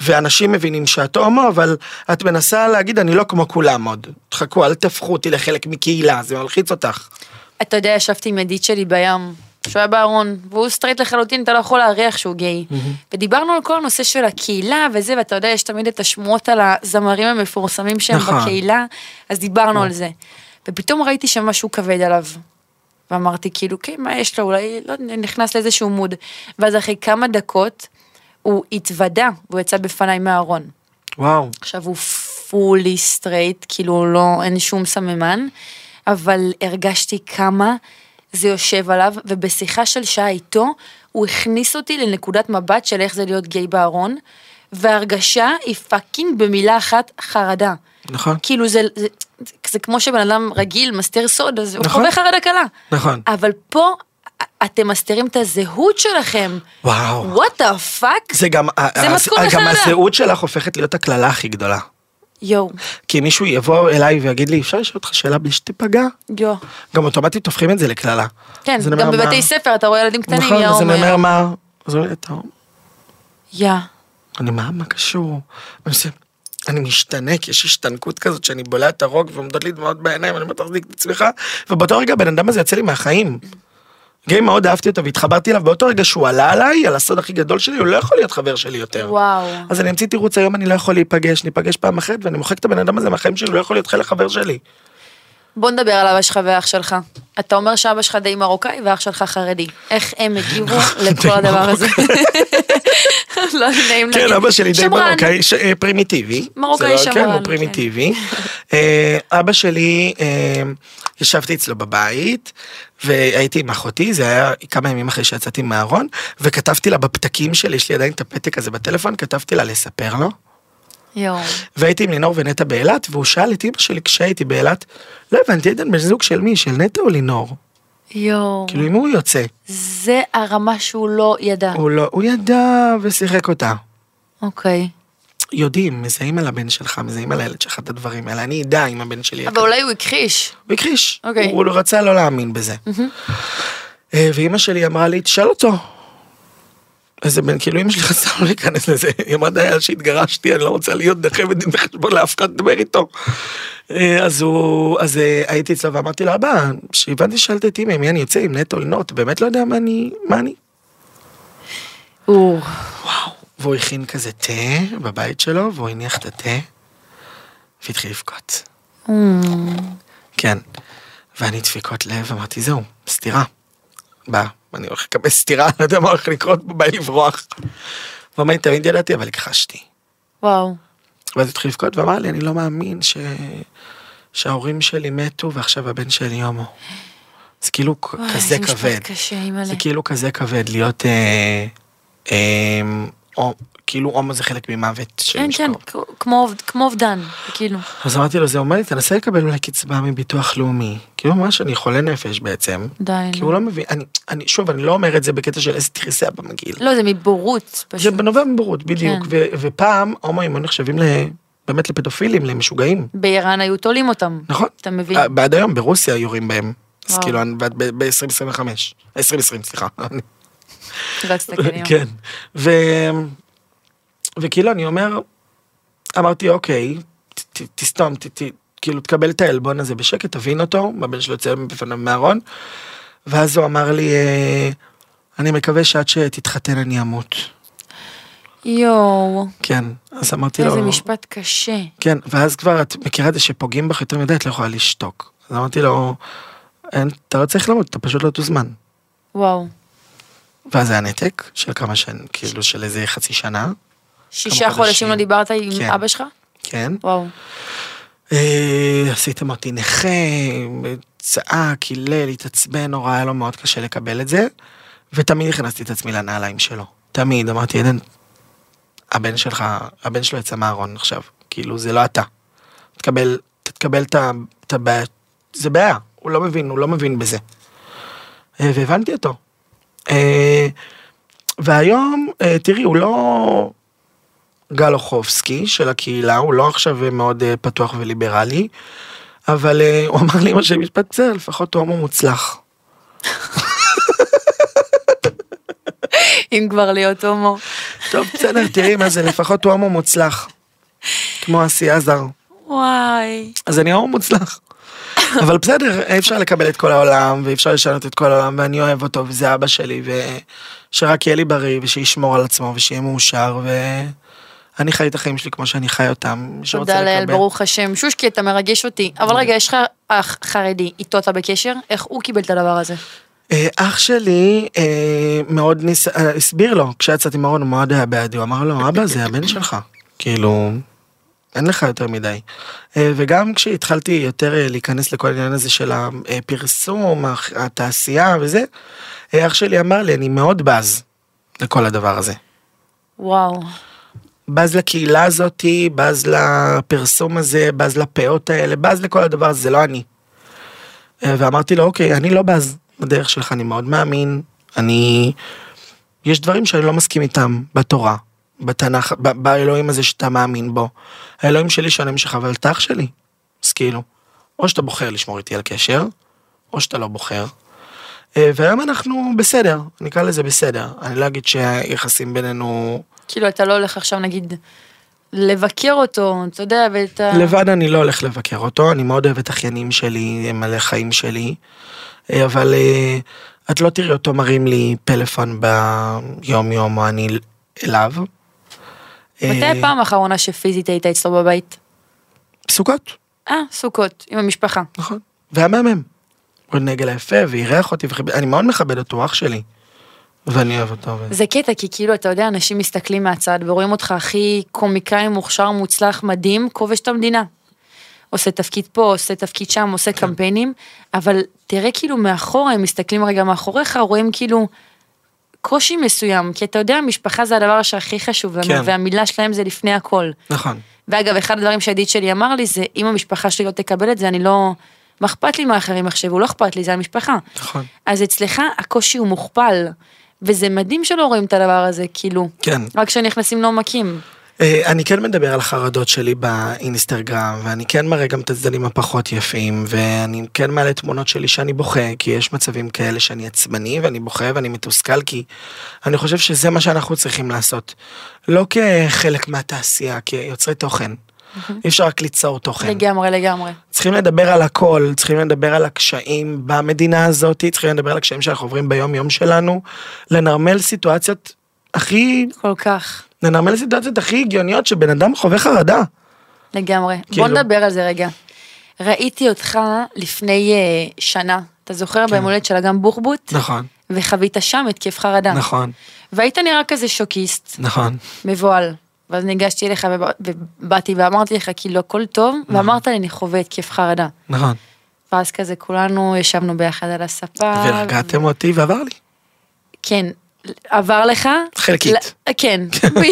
S2: ואנשים מבינים שאת הומו, אבל את מנסה להגיד, אני לא כמו כולם עוד. תחכו, אל תהפכו אותי לחלק מקהילה, זה מלחיץ אותך.
S3: אתה יודע, ישבתי עם ידיד שלי בים, שהוא היה בארון, והוא סטרייט לחלוטין, אתה לא יכול להריח שהוא גיי. ודיברנו על כל הנושא של הקהילה וזה, ואתה יודע, יש תמיד את השמועות על הזמרים המפורסמים שהם
S2: נכון.
S3: בקהילה, אז דיברנו על זה. ופתאום ראיתי שמשהו כבד עליו. ואמרתי, כאילו, כן, מה יש לו, אולי, לא, יודע, נכנס לאיזשהו מוד. ואז אחרי כמה דקות, הוא התוודה, והוא יצא בפניי מהארון.
S2: וואו.
S3: עכשיו הוא פולי סטרייט, כאילו לא, אין שום סממן, אבל הרגשתי כמה זה יושב עליו, ובשיחה של שעה איתו, הוא הכניס אותי לנקודת מבט של איך זה להיות גיי בארון, וההרגשה היא פאקינג במילה אחת חרדה.
S2: נכון.
S3: כאילו זה, זה, זה, זה כמו שבן אדם רגיל מסתיר סוד, אז הוא
S2: נכון.
S3: חווה חרדה קלה.
S2: נכון.
S3: אבל פה אתם מסתירים את הזהות שלכם.
S2: וואו.
S3: וואט דה פאק?
S2: זה גם,
S3: זה
S2: אז-
S3: מתכון
S2: גם
S3: לחרדה.
S2: הזהות שלך הופכת להיות הקללה הכי גדולה.
S3: יואו,
S2: כי מישהו יבוא אליי ויגיד לי, אפשר לשאול אותך שאלה בלי שתיפגע?
S3: יואו. גם
S2: גם אוטומטית הופכים את זה לקללה.
S3: כן,
S2: אז אני
S3: גם
S2: אומר,
S3: בבתי
S2: מה-
S3: ספר אתה רואה ילדים קטנים,
S2: נכון,
S3: יא
S2: אז אני
S3: הומו.
S2: אומר מה, אז הוא אומר, אתה הומו?
S3: יא.
S2: אני מה, מה קשור? אני עושה, אני משתנק, יש השתנקות כזאת שאני בולע את הרוק ועומדות לי דמעות בעיניים, אני אומר, תחזיק את עצמך, ובאותו רגע הבן אדם הזה יצא לי מהחיים. גם אם מאוד אהבתי אותו והתחברתי אליו, באותו רגע שהוא עלה עליי, על הסוד הכי גדול שלי, הוא לא יכול להיות חבר שלי יותר.
S3: וואו.
S2: אז אני אמציא תירוץ, היום אני לא יכול להיפגש, ניפגש פעם אחרת, ואני מוחק את הבן אדם הזה מהחיים שלי, הוא לא יכול להיות חלק חבר שלי.
S3: בוא נדבר על אבא שלך ואח שלך. אתה אומר שאבא שלך די מרוקאי ואח שלך חרדי. איך הם
S2: [laughs]
S3: הגיבו לכל הדבר הזה? [laughs] לא נעים להגיד.
S2: כן, אבא שלי די
S3: שמרן.
S2: מרוקאי, ש- אה, פרימיטיבי.
S3: מרוקאי
S2: זה לא-
S3: שמרן,
S2: כן, הוא
S3: כן.
S2: פרימיטיבי. [laughs] אה, אבא שלי, אה, ישבתי אצלו בבית, והייתי עם אחותי, זה היה כמה ימים אחרי שיצאתי מהארון, וכתבתי לה בפתקים שלי, יש לי עדיין את הפתק הזה בטלפון, כתבתי לה לספר לו.
S3: יואו.
S2: והייתי עם לינור ונטע באילת, והוא שאל את אמא שלי כשהייתי באילת, לא הבנתי, עדן בן זוג של מי, של נטע או לינור?
S3: יואו.
S2: כאילו, עם מי הוא יוצא?
S3: אה. זה הרמה שהוא לא ידע.
S2: הוא לא, הוא ידע ושיחק אותה.
S3: אוקיי.
S2: יודעים, מזהים על הבן שלך, מזהים על הילד שלך את הדברים האלה, אני אדע אם הבן שלי...
S3: אבל אולי הוא הכחיש.
S2: הוא הכחיש,
S3: אוקיי.
S2: הוא לא רצה לא להאמין בזה. אה, ואימא שלי אמרה לי, תשאל אותו. איזה בן, כאילו אמא שלי חסר לא להיכנס לזה, היא אמרה די, אז שהתגרשתי, אני לא רוצה להיות נכה ודין וחשבון לאף אחד לדבר איתו. אה, אז הוא, אז אה, הייתי אצלו ואמרתי לו, אבא, כשהבנתי ששאלת את אמא, עם מי אני יוצא, עם נטו לנוט, באמת לא יודע מה אני, מה אני.
S3: הוא.
S2: והוא הכין כזה תה בבית שלו, והוא הניח את התה, והתחיל לבכות.
S3: אמ,
S2: כן. ואני דפיקות לב, אמרתי, זהו, סטירה. בא, אני הולך לקבל סטירה, [laughs] לא יודע מה הולך לקרות, בא לי לברוח. והוא אמר לי, תמיד ידעתי, אבל הכחשתי.
S3: וואו.
S2: ואז התחיל לבכות ואמר לי, אני לא מאמין ש... שההורים שלי מתו ועכשיו הבן שלי הומו. זה כאילו
S3: וואי,
S2: כזה
S3: זה
S2: כבד.
S3: משפט קשה, אימא'לה.
S2: זה כאילו כזה כבד להיות... אה, אה, או, כאילו הומו זה חלק ממוות של
S3: כן,
S2: משפחה.
S3: כן, כ- כמו אובד- כמו אובדן. כאילו.
S2: אז אמרתי לו, זה אומר לי, תנסה לקבל אולי קצבה מביטוח לאומי. כאילו ממש, אני חולה נפש בעצם.
S3: די,
S2: כי
S3: נו.
S2: הוא לא מבין, אני, אני, שוב, אני לא אומר את זה בקטע של איזה תכיסה במגעיל.
S3: לא, זה מבורות.
S2: זה
S3: פשוט.
S2: בנובע מבורות, בדיוק.
S3: כן.
S2: ו, ופעם, הומואים היו נחשבים ל, באמת לפדופילים, למשוגעים.
S3: באיראן היו תולים אותם.
S2: נכון.
S3: אתה מבין?
S2: אה, ועד היום ברוסיה יורים בהם. אז
S3: וואו.
S2: כאילו, ב-2025. 2020, סליחה.
S3: רצת קדימה.
S2: כן. ו... וכאילו, אני אומר, אמרתי, אוקיי, ת- ת- תסתום, ת- ת- כאילו, תקבל את העלבון הזה בשקט, תבין אותו, הבן שלו יוצא בפניו מהארון. ואז הוא אמר לי, אה, אני מקווה שעד שתתחתן אני אמות.
S3: יואו.
S2: כן. אז אמרתי לו...
S3: איזה משפט קשה.
S2: כן, ואז כבר את מכירה את זה שפוגעים בך יותר מדי, את לא יכולה לשתוק. אז אמרתי לו, אין, אתה לא צריך למות, אתה פשוט לא תוזמן.
S3: וואו.
S2: ואז היה נתק של כמה שנים, כאילו של איזה חצי שנה,
S3: שישה
S2: כמה
S3: חודשים
S2: חודשים.
S3: לא דיברת עם
S2: כן.
S3: אבא שלך?
S2: כן.
S3: וואו.
S2: אה, עשיתם אותי נכה, צעק, קילל, התעצבן נורא, היה לו מאוד קשה לקבל את זה, ותמיד הכנסתי את עצמי לנעליים שלו. תמיד, אמרתי, עדן, הבן שלך, הבן שלו יצא מהארון עכשיו, כאילו זה לא אתה. תקבל, תקבל את ה- את הבעיה, זה בעיה, הוא לא מבין, הוא לא מבין בזה. אה, והבנתי אותו. אה, והיום, אה, תראי, הוא לא גל אוחובסקי של הקהילה, הוא לא עכשיו אה, מאוד אה, פתוח וליברלי, אבל אה, הוא אמר לי אמא שלי משפט בסדר, לפחות הוא הומו מוצלח.
S3: אם כבר להיות הומו.
S2: טוב, בסדר, תראי מה זה, לפחות הוא הומו מוצלח. כמו אסי עזר.
S3: וואי.
S2: אז אני ההוא מוצלח. אבל בסדר, אי אפשר לקבל את כל העולם, ואי אפשר לשנות את כל העולם, ואני אוהב אותו, וזה אבא שלי, ושרק יהיה לי בריא, ושישמור על עצמו, ושיהיה מאושר, ואני חי את החיים שלי כמו שאני חי אותם. מי שרוצה
S3: תודה לאל,
S2: לקבל.
S3: ברוך השם. שושקי, אתה מרגש אותי. אבל רגע, יש לך אח חרדי, איתו אתה בקשר? איך הוא קיבל את הדבר הזה?
S2: אה, אח שלי אה, מאוד ניס... אה, הסביר לו, כשיצאתי מהארון הוא מאוד היה בעדי, הוא אמר לו, אבא זה הבן שלך, כאילו, אין לך יותר מדי. אה, וגם כשהתחלתי יותר אה, להיכנס לכל העניין הזה של הפרסום, הח- התעשייה וזה, אה, אח שלי אמר לי, אני מאוד בז לכל הדבר הזה.
S3: וואו.
S2: בז לקהילה הזאתי, בז לפרסום הזה, בז לפאות האלה, בז לכל הדבר הזה, זה לא אני. אה, ואמרתי לו, אוקיי, אני לא בז בדרך שלך, אני מאוד מאמין, אני... יש דברים שאני לא מסכים איתם בתורה, בתנ"ך, ב- באלוהים הזה שאתה מאמין בו. האלוהים שלי שונה משלך, אבל אתה אח שלי. אז כאילו, או שאתה בוחר לשמור איתי על קשר, או שאתה לא בוחר. אה, והיום אנחנו בסדר, נקרא לזה בסדר. אני לא אגיד שהיחסים בינינו...
S3: כאילו, אתה לא הולך עכשיו, נגיד, לבקר אותו, אתה יודע, ואתה...
S2: לבד אני לא הולך לבקר אותו, אני מאוד אוהב את אחיינים שלי, הם מלא חיים שלי, אה, אבל אה, את לא תראי אותו מרים לי פלאפון ביום יום או אני אליו. אה,
S3: מתי הפעם האחרונה שפיזית היית אצלו בבית?
S2: סוכות,
S3: אה, סוכות, עם המשפחה.
S2: נכון. והיה מהמם. הוא נגל היפה ואירח אותי, וכיבד- אני מאוד מכבד אותו, הוא אח שלי. ואני אוהב אותו. ו-
S3: זה קטע, כי כאילו, אתה יודע, אנשים מסתכלים מהצד ורואים אותך הכי קומיקאי, מוכשר, מוצלח, מדהים, כובש את המדינה. עושה תפקיד פה, עושה תפקיד שם, עושה
S2: כן.
S3: קמפיינים, אבל תראה כאילו מאחורה, הם מסתכלים רגע מאחוריך, רואים כאילו קושי מסוים, כי אתה יודע, משפחה זה הדבר שהכי חשוב לנו,
S2: כן.
S3: והמילה שלהם זה לפני הכל.
S2: נכון.
S3: ואגב, אחד הדברים שהידיד שלי אמר לי זה, אם המשפחה שלי לא תקבל את זה, אני לא... מה אכפת לי מה אחרים יחשבו, לא אכפת לי, זה המשפחה.
S2: נכון.
S3: אז אצלך הקושי הוא מוכפל, וזה מדהים שלא רואים את הדבר הזה, כאילו.
S2: כן.
S3: רק כשנכנסים לא לעומקים.
S2: אה, אני כן מדבר על חרדות שלי באינסטגרם, ואני כן מראה גם את הצדדים הפחות יפים, ואני כן מעלה תמונות שלי שאני בוכה, כי יש מצבים כאלה שאני עצבני, ואני בוכה ואני מתוסכל, כי אני חושב שזה מה שאנחנו צריכים לעשות. לא כחלק מהתעשייה, כיוצרי תוכן. אי אפשר רק ליצור תוכן.
S3: לגמרי, לגמרי.
S2: צריכים לדבר על הכל, צריכים לדבר על הקשיים במדינה הזאת, צריכים לדבר על הקשיים שאנחנו עוברים ביום יום שלנו, לנרמל סיטואציות הכי
S3: כל כך.
S2: לנרמל סיטואציות הכי הגיוניות שבן אדם חווה חרדה.
S3: לגמרי.
S2: כאילו.
S3: בוא נדבר על זה רגע. ראיתי אותך לפני אה, שנה, אתה זוכר? ביום הולדת של אגם בוחבוט?
S2: כן. נכון,
S3: וחווית שם התקף חרדה.
S2: נכון,
S3: והיית נראה כזה שוקיסט.
S2: נכון. ובא-
S3: מבוהל. ואז ניגשתי אליך ובא- ובאתי ואמרתי לך כאילו הכל טוב, ואמרת לי אני חווה התקף חרדה.
S2: נכון.
S3: ואז כזה כולנו ישבנו ביחד על הספה.
S2: והרגעתם אותי ועבר
S3: [laughs]
S2: לי.
S3: כן, עבר לך?
S2: חלקית.
S3: ל- כן.
S2: [laughs]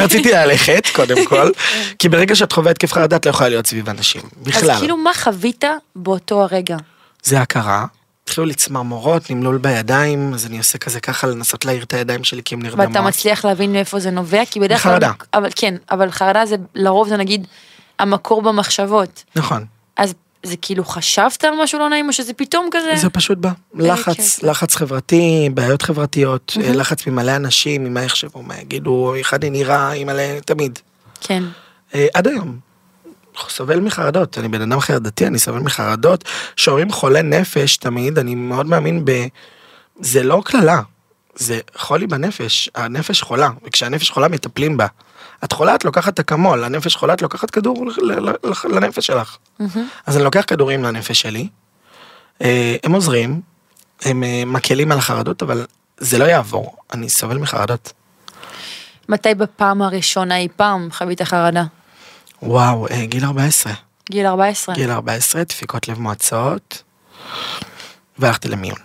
S2: רציתי ללכת, קודם כל, כי ברגע שאת חווה התקף חרדה, את לא יכולה להיות סביב אנשים. בכלל.
S3: אז כאילו מה חווית באותו הרגע?
S2: זה הכרה. התחילו לי צמרמורות, נמלול בידיים, אז אני עושה כזה ככה לנסות להעיר את הידיים שלי כי הם נרדמות.
S3: ואתה מצליח להבין מאיפה זה נובע? כי בדרך כלל...
S2: מחרדה.
S3: אבל כן, אבל חרדה זה לרוב זה נגיד המקור במחשבות.
S2: נכון.
S3: אז זה כאילו חשבת על משהו לא נעים או שזה פתאום כזה?
S2: זה פשוט בא. לחץ,
S3: אה, כן.
S2: לחץ חברתי, בעיות חברתיות, אה, לחץ ממלא אנשים, ממה יחשבו, מה יגידו, איך אני נראה, עם מלא, תמיד.
S3: כן.
S2: אה, עד היום. סובל מחרדות, אני בן אדם חרדתי, אני סובל מחרדות. כשאומרים חולה נפש תמיד, אני מאוד מאמין ב... זה לא קללה, זה חולי בנפש, הנפש חולה, וכשהנפש חולה מטפלים בה. את חולה, את לוקחת אקמול, הנפש חולה, את לוקחת כדור ל- ל- ל- לנפש שלך. אז אני לוקח כדורים לנפש שלי, אה, הם עוזרים, הם אה, מקלים על החרדות, אבל זה לא יעבור, אני סובל מחרדות.
S3: מתי בפעם הראשונה אי פעם חווית חרדה?
S2: וואו, אה, גיל 14.
S3: גיל 14.
S2: כן. גיל 14, דפיקות לב מועצות, והלכתי למיון.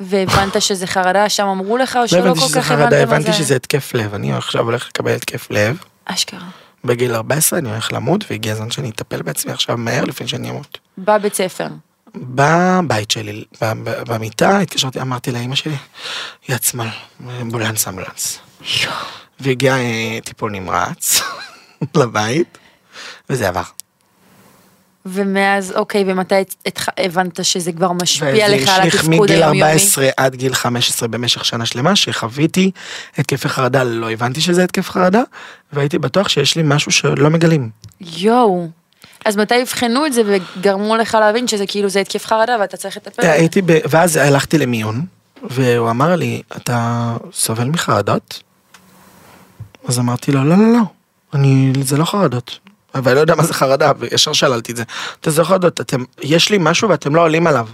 S3: והבנת שזה חרדה, שם אמרו לך, או
S2: לא
S3: שלא
S2: הבנתי
S3: כל
S2: שזה
S3: כך הבנת מה
S2: חרדה,
S3: זה?
S2: הבנתי שזה התקף לב. אני עכשיו הולך לקבל התקף לב.
S3: אשכרה.
S2: בגיל 14 אני הולך למות, והגיע הזמן שאני אטפל בעצמי עכשיו מהר לפני שאני אמות.
S3: בבית ספר.
S2: בבית שלי, ב- ב- במיטה, התקשרתי, אמרתי לאימא שלי, יד שמאל, אמבולנס אמבולנס. והגיע אה, טיפול נמרץ [laughs] לבית, וזה עבר.
S3: ומאז, אוקיי, ומתי התח- הבנת שזה כבר משפיע
S2: וזה
S3: לך על
S2: השליך
S3: התפקוד
S2: מגיל
S3: היומיומי?
S2: 14 עד גיל 15 במשך שנה שלמה, שחוויתי התקפי חרדה, לא הבנתי שזה התקף חרדה, והייתי בטוח שיש לי משהו שלא מגלים.
S3: יואו. אז מתי אבחנו את זה וגרמו לך להבין שזה כאילו זה התקף חרדה ואתה צריך לטפל בזה?
S2: אה, הייתי ב... ואז הלכתי למיון, והוא אמר לי, אתה סובל מחרדות? אז אמרתי לו, לא, לא, לא, אני, זה לא חרדות. אבל אני לא יודע מה זה חרדה, וישר שללתי את זה. אתה זה לא חרדות, אתם, יש לי משהו ואתם לא עולים עליו.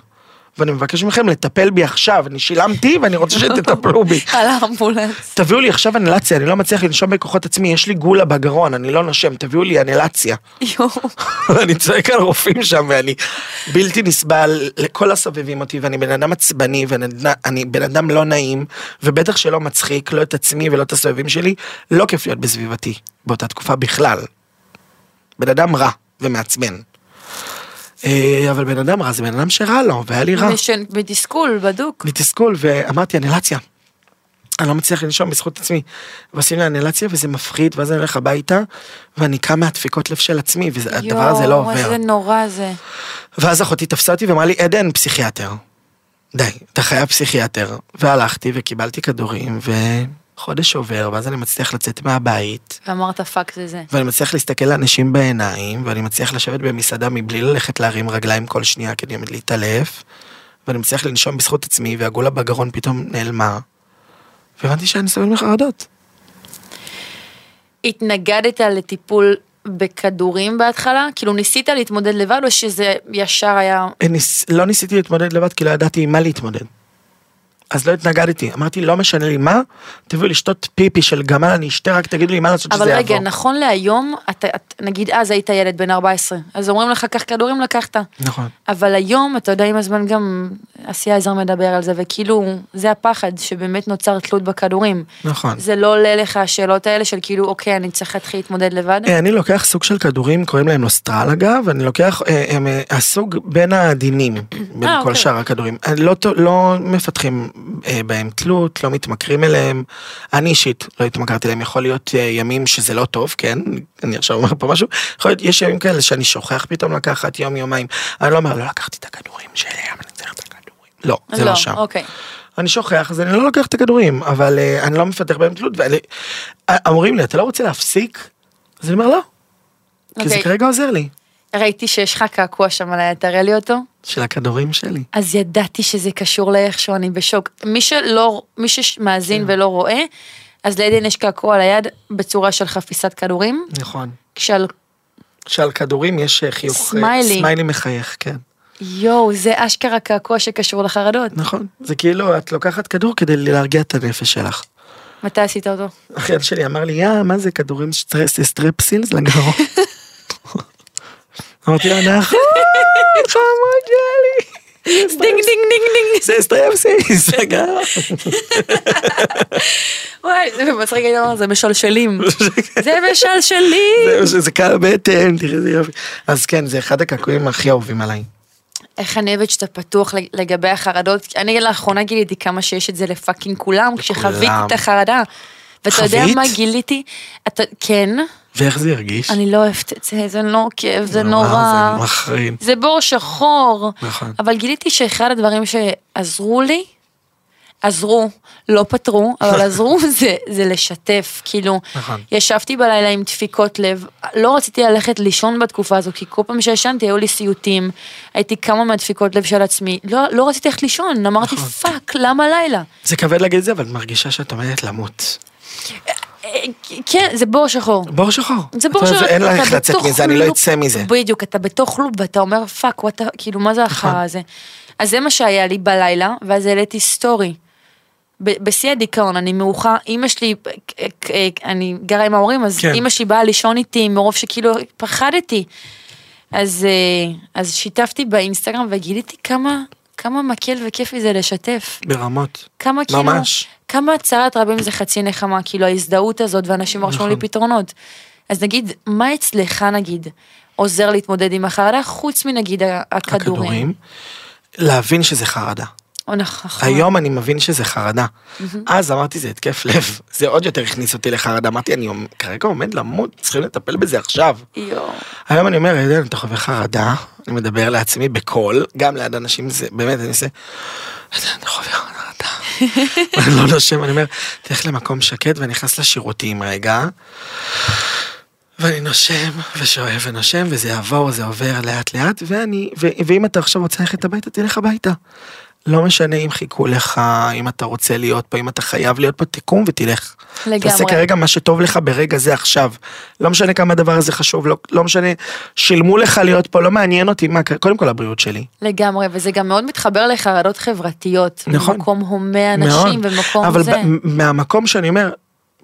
S2: ואני מבקש מכם לטפל בי עכשיו, אני שילמתי ואני רוצה שתטפלו בי.
S3: על האמבולנס.
S2: תביאו לי עכשיו אנלציה, אני לא מצליח לנשום בכוחות עצמי, יש לי גולה בגרון, אני לא נושם, תביאו לי אנלציה. [laughs]
S3: יואו.
S2: אני צועק על רופאים שם ואני בלתי נסבל לכל הסובבים אותי ואני בן אדם עצבני ואני בן אדם לא נעים ובטח שלא מצחיק לא את עצמי ולא את הסובבים שלי לא כיף להיות בסביבתי באותה תקופה בכלל. בן אדם רע ומעצבן. אה, אבל בן אדם רע זה בן אדם שרע לו והיה לי רע.
S3: נשן בתסכול, בדוק.
S2: מתסכול ואמרתי אנלציה. אני לא מצליח לנשום בזכות עצמי. ועושים לי אנלציה וזה מפחיד ואז אני הולך הביתה ואני קם מהדפיקות לב של עצמי והדבר הזה לא עובר.
S3: יואו, איזה נורא זה.
S2: ואז אחותי תפסה אותי ואמרה לי, עדן, פסיכיאטר. די, אתה חייב פסיכיאטר. והלכתי וקיבלתי כדורים, וחודש עובר, ואז אני מצליח לצאת מהבית,
S3: ואמרת פאק זה זה.
S2: ואני מצליח להסתכל לאנשים בעיניים, ואני מצליח לשבת במסעדה מבלי ללכת להרים רגליים כל שנייה כדי להתעלף, ואני מצליח לנשום בזכות עצמי, והגולה בגרון פתאום נעלמה. והבנתי שאני סובל מחרדות.
S3: התנגדת לטיפול בכדורים בהתחלה? כאילו ניסית להתמודד לבד או שזה ישר היה...
S2: אה, ניס, לא ניסיתי להתמודד לבד כי לא ידעתי עם מה להתמודד. אז לא התנגדתי, אמרתי לא משנה לי מה, תביאו לי שתות פיפי של גמל, אני אשתה, רק תגידו לי מה לעשות שזה
S3: אבל רגע,
S2: יעבור.
S3: נכון להיום, אתה, את, נגיד אז היית ילד בן 14, אז אומרים לך, קח כדורים, לקחת.
S2: נכון.
S3: אבל היום, אתה יודע, עם הזמן גם אסיה עזר מדבר על זה, וכאילו, זה הפחד שבאמת נוצר תלות בכדורים.
S2: נכון.
S3: זה לא עולה לך השאלות האלה של כאילו, אוקיי, אני צריך להתחיל להתמודד לבד?
S2: אה, אני לוקח סוג של כדורים, קוראים להם לוסטרל אגב, אני לוקח, אה, הם, אה, הסוג בין
S3: [clears throat]
S2: העדינים, בין
S3: אה,
S2: כל
S3: אוקיי.
S2: שאר הכדורים. אה, לא, ת- לא מפתחים אה, בהם תלות, לא מתמכרים אליהם. אני אישית לא התמכרתי אליהם, יכול להיות אה, ימים שזה לא טוב, כן? אני עכשיו אומר פה משהו, יכול להיות, יש ימים כאלה שאני שוכח פתאום לקחת יום, יומיים. אני לא אומר, לא לקחתי את הכדורים שלי, היום אני צריך את הכדורים. לא, זה לא, שם.
S3: אוקיי.
S2: אני שוכח, אז אני לא לוקח את הכדורים, אבל אה, אני לא מפתח בהם תלות, ואני... אה, אומרים לי, אתה לא רוצה להפסיק? אז אני אומר, לא. כי זה
S3: אוקיי.
S2: כרגע עוזר לי.
S3: ראיתי שיש לך קעקוע שם על היד, תראה לי אותו.
S2: של הכדורים שלי.
S3: אז ידעתי שזה קשור לאיכשהו, אני בשוק. מי שלא, מי שמאזין
S2: כן.
S3: ולא רואה, אז לעדן יש קעקוע על היד בצורה של חפיסת כדורים,
S2: נכון.
S3: כשעל...
S2: שעל כדורים יש אה, חיוך... אה,
S3: סמיילי.
S2: סמיילי מחייך, כן.
S3: יואו, זה אשכרה קעקוע שקשור לחרדות.
S2: נכון. זה כאילו, את לוקחת כדור כדי להרגיע את הנפש שלך.
S3: מתי עשית אותו?
S2: אחיין שלי אמר לי, יא, מה זה כדורים סטרס- סטרפסילס לגרון? [laughs] אמרתי לו,
S3: [laughs]
S2: נכון, חמוד שלי.
S3: דינג דינג דינג דינג.
S2: זה סטרפסילס לגרון.
S3: וואי, זה מצחיק, אני אומר, זה משלשלים. זה משלשלים.
S2: זהו, שזה קל בטן, תראה איזה יופי. אז כן, זה אחד הקעקועים הכי אהובים עליי.
S3: איך אני אוהבת שאתה פתוח לגבי החרדות. אני לאחרונה גיליתי כמה שיש את זה לפאקינג כולם, כשחוויתי את החרדה. ואתה יודע
S2: חווית?
S3: מה גיליתי? אתה, כן.
S2: ואיך זה ירגיש?
S3: אני לא אוהבת את זה, זה לא כאב, זה נורא.
S2: זה מחריד.
S3: זה בור שחור.
S2: נכון.
S3: אבל גיליתי שאחד הדברים שעזרו לי, עזרו, לא פתרו,
S2: [laughs]
S3: אבל עזרו, זה, זה לשתף. כאילו,
S2: נכון.
S3: ישבתי בלילה עם דפיקות לב, לא רציתי ללכת לישון בתקופה הזו, כי כל פעם שישנתי היו לי סיוטים, הייתי כמה מהדפיקות לב של עצמי, לא, לא רציתי ללכת לישון, אמרתי,
S2: נכון.
S3: פאק, למה לילה?
S2: זה כבד להגיד את זה, אבל את מרגישה שאת עומדת למות.
S3: אה, כן, זה בור שחור.
S2: בור שחור.
S3: זה
S2: את
S3: בור
S2: אומרת,
S3: שחור,
S2: אין לה
S3: אתה
S2: איך לצאת
S3: בתוך
S2: מזה, אני לא
S3: לופ.
S2: אצא מזה.
S3: בדיוק, אתה בתוך לופ ואתה אומר פאק, וואטה, כאילו מה זה
S2: נכון.
S3: החרא הזה. אז זה מה שהיה לי בלילה, ואז העליתי סטורי. ב- בשיא הדיכאון, אני מאוחה, אימא שלי, אה, אה, אני גרה עם ההורים, אז
S2: כן.
S3: אימא שלי באה לישון איתי מרוב שכאילו פחדתי. אז, אה, אז שיתפתי באינסטגרם וגיליתי כמה כמה מקל וכיפי זה לשתף.
S2: ברמות.
S3: כמה כאילו,
S2: ממש.
S3: כמה צרת רבים זה חצי נחמה, כאילו ההזדהות הזאת, ואנשים רשמו לי
S2: נכון.
S3: פתרונות. אז נגיד, מה אצלך נגיד עוזר להתמודד עם החרדה, חוץ מנגיד ה- הכדורים?
S2: הכדורים. להבין שזה חרדה.
S3: או נכון.
S2: היום אני מבין שזה חרדה. אז אמרתי זה התקף לב, זה עוד יותר הכניס אותי לחרדה, אמרתי אני עומד- כרגע עומד למות, צריכים לטפל בזה עכשיו.
S3: יואו.
S2: היום אני אומר, עדן, אתה חווה חרדה, אני מדבר לעצמי בקול, גם ליד אנשים, זה באמת, אני עושה, עדן, אתה חווה חרדה. אני לא נושם, אני אומר, תלך למקום שקט ואני נכנס לשירותים רגע. ואני נושם, ושואב ונושם, וזה יעבור, זה עובר לאט לאט, ואני, ו, ואם אתה עכשיו רוצה ללכת הביתה, תלך הביתה. לא משנה אם חיכו לך, אם אתה רוצה להיות פה, אם אתה חייב להיות פה, תקום ותלך.
S3: לגמרי.
S2: תעשה כרגע מה שטוב לך ברגע זה עכשיו. לא משנה כמה הדבר הזה חשוב, לא, לא משנה, שילמו לך להיות פה, לא מעניין אותי מה, קודם כל הבריאות שלי.
S3: לגמרי, וזה גם מאוד מתחבר לחרדות חברתיות.
S2: נכון.
S3: במקום הומה אנשים,
S2: אבל
S3: במקום זה.
S2: אבל מהמקום שאני אומר,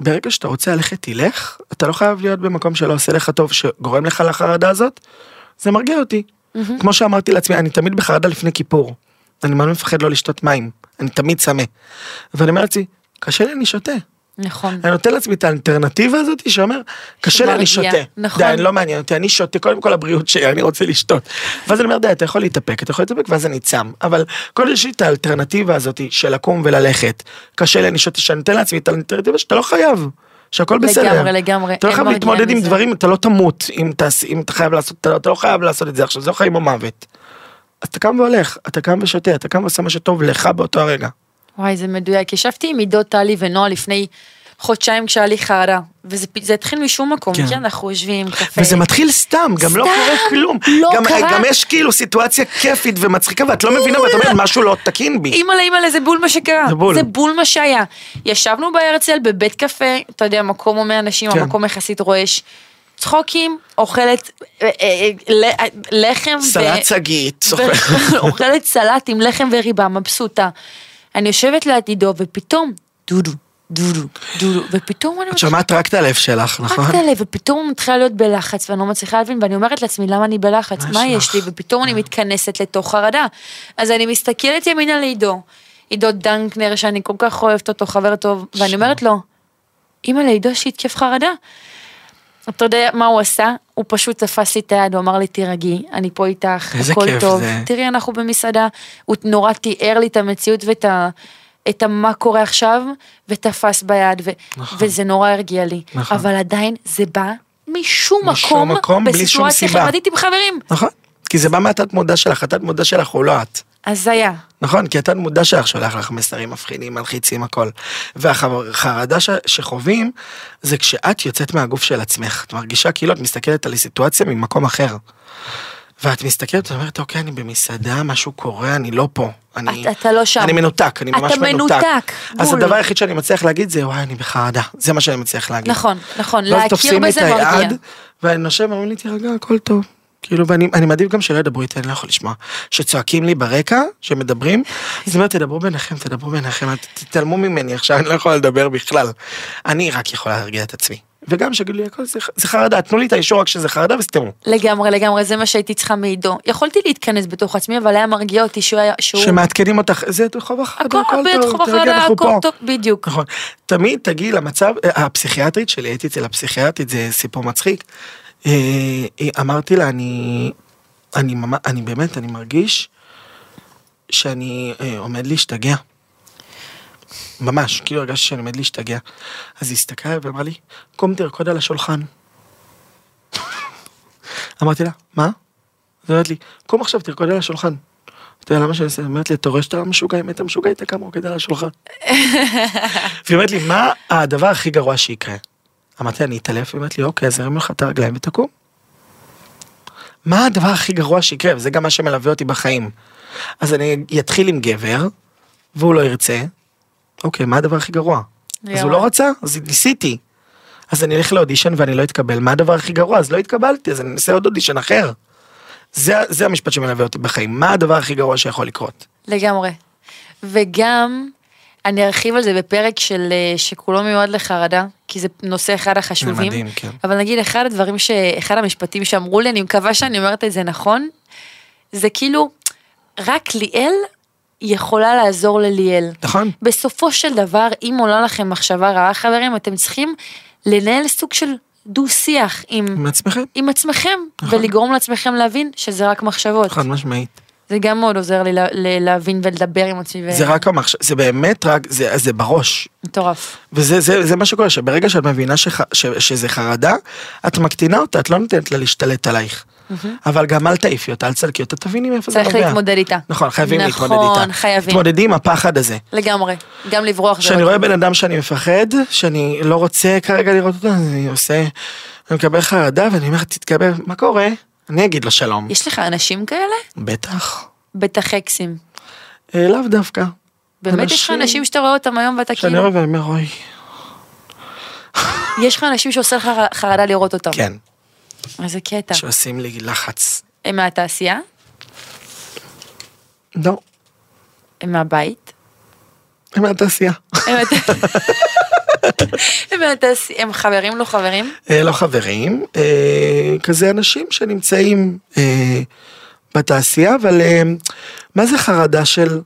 S2: ברגע שאתה רוצה ללכת תלך, אתה לא חייב להיות במקום שלא עושה לך טוב, שגורם לך לחרדה הזאת, זה מרגיע אותי. כמו שאמרתי לעצמי, אני תמיד בחרדה לפני כיפור. אני מאוד מפחד לא לשתות מים, אני תמיד צמא. ואני אומר לעצמי, קשה לי, אני שותה.
S3: נכון.
S2: אני נותן לעצמי את האלטרנטיבה הזאת שאומר, קשה לי, אני
S3: שמרגיע,
S2: שותה.
S3: נכון.
S2: די, לא מעניין אותי, אני שותה, קודם כל הבריאות שלי, אני רוצה לשתות. ואז אני אומר, די, אתה יכול להתאפק, אתה יכול להתאפק, ואז אני צם. אבל כל יש לי את האלטרנטיבה הזאת של לקום וללכת, קשה לי, אני שותה, שאני נותן לעצמי את האלטרנטיבה שאתה לא חייב. שהכל
S3: לגמרי,
S2: בסדר.
S3: לגמרי,
S2: אתה לא
S3: אין
S2: חייב
S3: מרגיע
S2: להתמודד עם
S3: מזה.
S2: דברים, אתה לא תמות אם תעש- אם אתה חייב לעשות, אתה לא- אתה לא חייב לעשות את זה עכשיו, זה לא חיים או מוות. אז אתה קם והולך, אתה קם ושותה, אתה קם ועושה מה שטוב לך באותו הרגע.
S3: וואי, זה מדויק. ישבתי עם עידו טלי ונועה לפני חודשיים כשהיה לי חרדה, וזה פ- זה התחיל משום מקום,
S2: כן.
S3: כי אנחנו יושבים עם קפה.
S2: וזה מתחיל סתם, גם לא
S3: סתם,
S2: קורה כלום.
S3: לא
S2: גם,
S3: קרה.
S2: גם יש כאילו סיטואציה כיפית ומצחיקה ואת לא מבינה ואת אומרת משהו לא תקין בי.
S3: אימא'לה, אימא'לה, זה בול מה שקרה.
S2: זה בול.
S3: זה בול מה שהיה. ישבנו בהרצל בבית קפה, אתה יודע, מקום הומה אנשים,
S2: כן.
S3: המקום יחסית רועש. צחוקים, אוכלת אה, אה, אה, לחם. ו-
S2: סלט שגית.
S3: ו- [laughs] אוכלת סלט עם לחם וריבה, מבסוטה. אני יושבת ליד עידו, ופתאום, דודו, דודו, דודו, ופתאום אני...
S2: את שמעת רק את הלב שלך, נכון?
S3: פרקת עליי, ופתאום הוא מתחילה להיות בלחץ, ואני לא מצליחה להבין, ואני אומרת לעצמי, למה אני בלחץ?
S2: מה
S3: מה
S2: יש
S3: יש לי?
S2: לך? אה.
S3: ופתאום אני מתכנסת לתוך חרדה. אז אני מסתכלת ימינה לעידו, עידו דנקנר, שאני כל כך אוהבת אותו, חבר טוב, ואני אומרת לו, אימא לעידו יש לי התקף חרדה. אתה יודע מה הוא עשה? הוא פשוט תפס לי את היד, הוא אמר לי, תירגעי, אני פה איתך,
S2: איזה
S3: הכל
S2: כיף
S3: טוב.
S2: זה.
S3: תראי, אנחנו במסעדה, הוא נורא תיאר לי את המציאות ואת ה... את המה קורה עכשיו, ותפס ביד, ו- נכון. וזה נורא הרגיע לי.
S2: נכון.
S3: אבל עדיין זה בא משום
S2: משום
S3: מקום,
S2: מקום, בלי שום
S3: בסיטואציה
S2: סיבה.
S3: חברתית עם חברים.
S2: נכון. כי זה בא מהתת מודע שלך, התת מודע שלך הוא לא את.
S3: הזיה.
S2: נכון, כי התת מודע שלך שולח לך מסרים מפחידים, מלחיצים, הכל. והחרדה ש- שחווים, זה כשאת יוצאת מהגוף של עצמך. את מרגישה כאילו את מסתכלת על סיטואציה ממקום אחר. ואת מסתכלת ואומרת, אוקיי, אני במסעדה, משהו קורה, אני לא פה. אני,
S3: אתה- אתה לא שם.
S2: אני מנותק, אני
S3: אתה
S2: ממש מנותק.
S3: מנותק,
S2: אז
S3: בול.
S2: הדבר היחיד שאני מצליח להגיד זה, וואי, אני בחרדה. זה מה שאני מצליח להגיד.
S3: נכון, נכון,
S2: ואז
S3: להכיר
S2: תופסים לי את
S3: בזה מרגיע.
S2: היד, ואני נושם, אומרים לי, תירגע, הכל טוב. כאילו, ואני אני מעדיף גם שלא ידברו איתי, אני לא יכול לשמוע. שצועקים לי ברקע, שמדברים, אז אני אומר, תדברו ביניכם, תדברו ביניכם, ת- תתעלמו ממני עכשיו, אני לא יכול לדבר בכלל. אני רק יכולה להרגיע את עצמי. וגם שיגידו לי, הכל זה, זה חרדה, תנו לי את האישור רק שזה חרדה וסתמו.
S3: לגמרי, לגמרי, זה מה שהייתי צריכה מעידו. יכולתי להתכנס בתוך עצמי, אבל היה מרגיע אותי שהוא היה... שהוא...
S2: שמעדכנים אותך, זה חוב
S3: הכל
S2: החרדה, הכל
S3: בית,
S2: טוב,
S3: חוב
S2: תרגע,
S3: החרדה,
S2: אנחנו
S3: הכל
S2: פה.
S3: טוב, בדיוק.
S2: נכון. תמיד תגיעי למצב, אה, הפסיכיאטרית שלי, הייתי אצל הפסיכיאטרית, זה סיפור מצחיק. אה, היא- אמרתי לה, אני, אני, ממש, אני באמת, אני מרגיש שאני אה, עומד להשתגע. ממש, כאילו הרגשתי שאני עומד להשתגע. אז היא הסתכלה ואמרה לי, קום תרקוד על השולחן. אמרתי לה, מה? אז היא אומרת לי, קום עכשיו תרקוד על השולחן. אתה יודע למה שאני עושה? היא אומרת לי, אתה רואה שאתה משוגע, אם היית משוגע, היית קם רוקד על השולחן. והיא אומרת לי, מה הדבר הכי גרוע שיקרה? אמרתי לה, אני אתעלף, והיא אומרת לי, אוקיי, אז הרימו לך את הרגליים ותקום. מה הדבר הכי גרוע שיקרה? וזה גם מה שמלווה אותי בחיים. אז אני אתחיל עם גבר, והוא לא ירצה. אוקיי, מה הדבר הכי גרוע? אז הוא
S3: יאללה.
S2: לא רצה? אז ניסיתי. אז אני אלך לאודישן ואני לא אתקבל. מה הדבר הכי גרוע? אז לא התקבלתי, אז אני אנסה עוד אודישן אחר. זה, זה המשפט שמלווה אותי בחיים. מה הדבר הכי גרוע שיכול לקרות?
S3: לגמרי. וגם, אני ארחיב על זה בפרק של, אה, שכולו מיועד לחרדה, כי זה נושא אחד החשובים.
S2: מדהים, כן.
S3: אבל נגיד, אחד הדברים, ש... אחד המשפטים שאמרו לי, אני מקווה שאני אומרת את זה נכון, זה כאילו, רק ליאל יכולה לעזור לליאל.
S2: נכון.
S3: בסופו של דבר, אם עולה לכם מחשבה רעה, חברים, אתם צריכים לנהל סוג של דו-שיח עם,
S2: עם עצמכם?
S3: עם עצמכם,
S2: נכון.
S3: ולגרום לעצמכם להבין שזה רק מחשבות.
S2: חד משמעית.
S3: זה גם מאוד עוזר לי לה, ל- להבין ולדבר עם עצמי,
S2: זה רק המחשב, זה באמת רק, זה, זה בראש.
S3: מטורף.
S2: וזה זה, זה מה שקורה, שברגע שאת מבינה שח, ש, שזה חרדה, את מקטינה אותה, את לא נותנת לה להשתלט עלייך. אבל גם אל תעיפי אותה, אל תסלקי אותה, תביני מאיפה זה נובע.
S3: צריך להתמודד איתה.
S2: נכון, חייבים
S3: נכון,
S2: להתמודד איתה.
S3: חייבים.
S2: תתמודדי עם הפחד הזה.
S3: לגמרי, גם לברוח. זה
S2: כשאני
S3: לא
S2: רואה
S3: טוב.
S2: בן אדם שאני מפחד, שאני לא רוצה כרגע לראות אותו, אז אני עושה, אני מקבל חרדה ואני אומר, תתקבל, מה קורה? אני אגיד לו שלום.
S3: יש לך אנשים כאלה?
S2: בטח.
S3: בטח אקסים.
S2: אה, לאו דווקא.
S3: באמת יש לך אנשים שאתה רואה אותם היום ואתה
S2: שאני
S3: כאילו,
S2: רואה ואני אומר, אוי.
S3: יש לך אנשים שעושה לך חרדה לראות אותם.
S2: כן,
S3: איזה קטע.
S2: שעושים לי לחץ.
S3: הם מהתעשייה?
S2: לא,
S3: הם מהבית?
S2: הם מהתעשייה.
S3: הם מהת- הם מהתעשייה? הם חברים לא חברים?
S2: אה, לא חברים, אה, כזה אנשים שנמצאים אה, בתעשייה, אבל אה, מה זה חרדה של...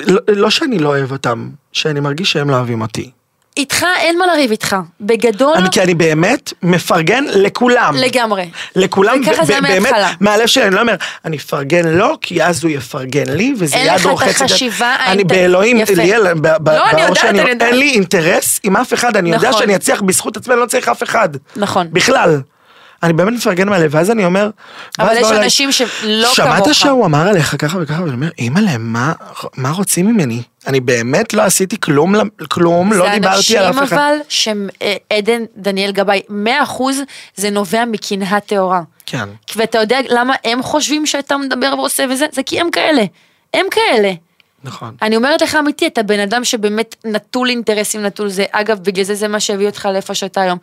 S2: לא, לא שאני לא אוהב אותם, שאני מרגיש שהם לא אוהבים אותי.
S3: איתך אין מה לריב איתך. בגדול,
S2: אני, כן- כי אני באמת מפרגן לכולם.
S3: לא. לגמרי.
S2: לכולם,
S3: וככה זה
S2: ב-
S3: היה
S2: באמת,
S3: מההתחלה.
S2: מהלב שלי, אני לא אומר, אני אפרגן לו, כי אז הוא יפרגן לי, וזה
S3: אין
S2: יד
S3: לך את
S2: רוחצת. יד."
S3: החשיבה
S2: אני
S3: האינט-
S2: באלוהים,
S3: יפה.
S2: ליאל, ב- ב-
S3: לא, אני
S2: באור
S3: יודעת,
S2: שאני,
S3: אני יודעת.
S2: אין לי אינטרס עם אף אחד, אני יודע
S3: נכון.
S2: שאני אצליח בזכות עצמי, אני לא צריך אף אחד.
S3: נכון.
S2: בכלל. אני באמת מפרגן מהלב, ואז אני אומר,
S3: אבל
S2: ואז
S3: יש
S2: באו אליי,
S3: אנשים שלא כמוך.
S2: שמעת שהוא אמר עליך ככה וככה, ואני אומר, אימא'לה, מה- מה רוצים ממני? אני באמת לא עשיתי כלום, כלום, לא דיברתי על אף
S3: זה
S2: אחד.
S3: אנשים אבל שהם אה, עדן דניאל גבאי, 100% זה נובע מקנאה טהורה.
S2: כן.
S3: ואתה יודע למה הם חושבים שאתה מדבר ועושה וזה? זה כי הם כאלה. הם כאלה.
S2: נכון.
S3: אני אומרת לך אמיתי, אתה בן אדם שבאמת נטול אינטרסים, נטול זה. אגב, בגלל זה זה מה שהביא אותך לאיפה שאתה היום.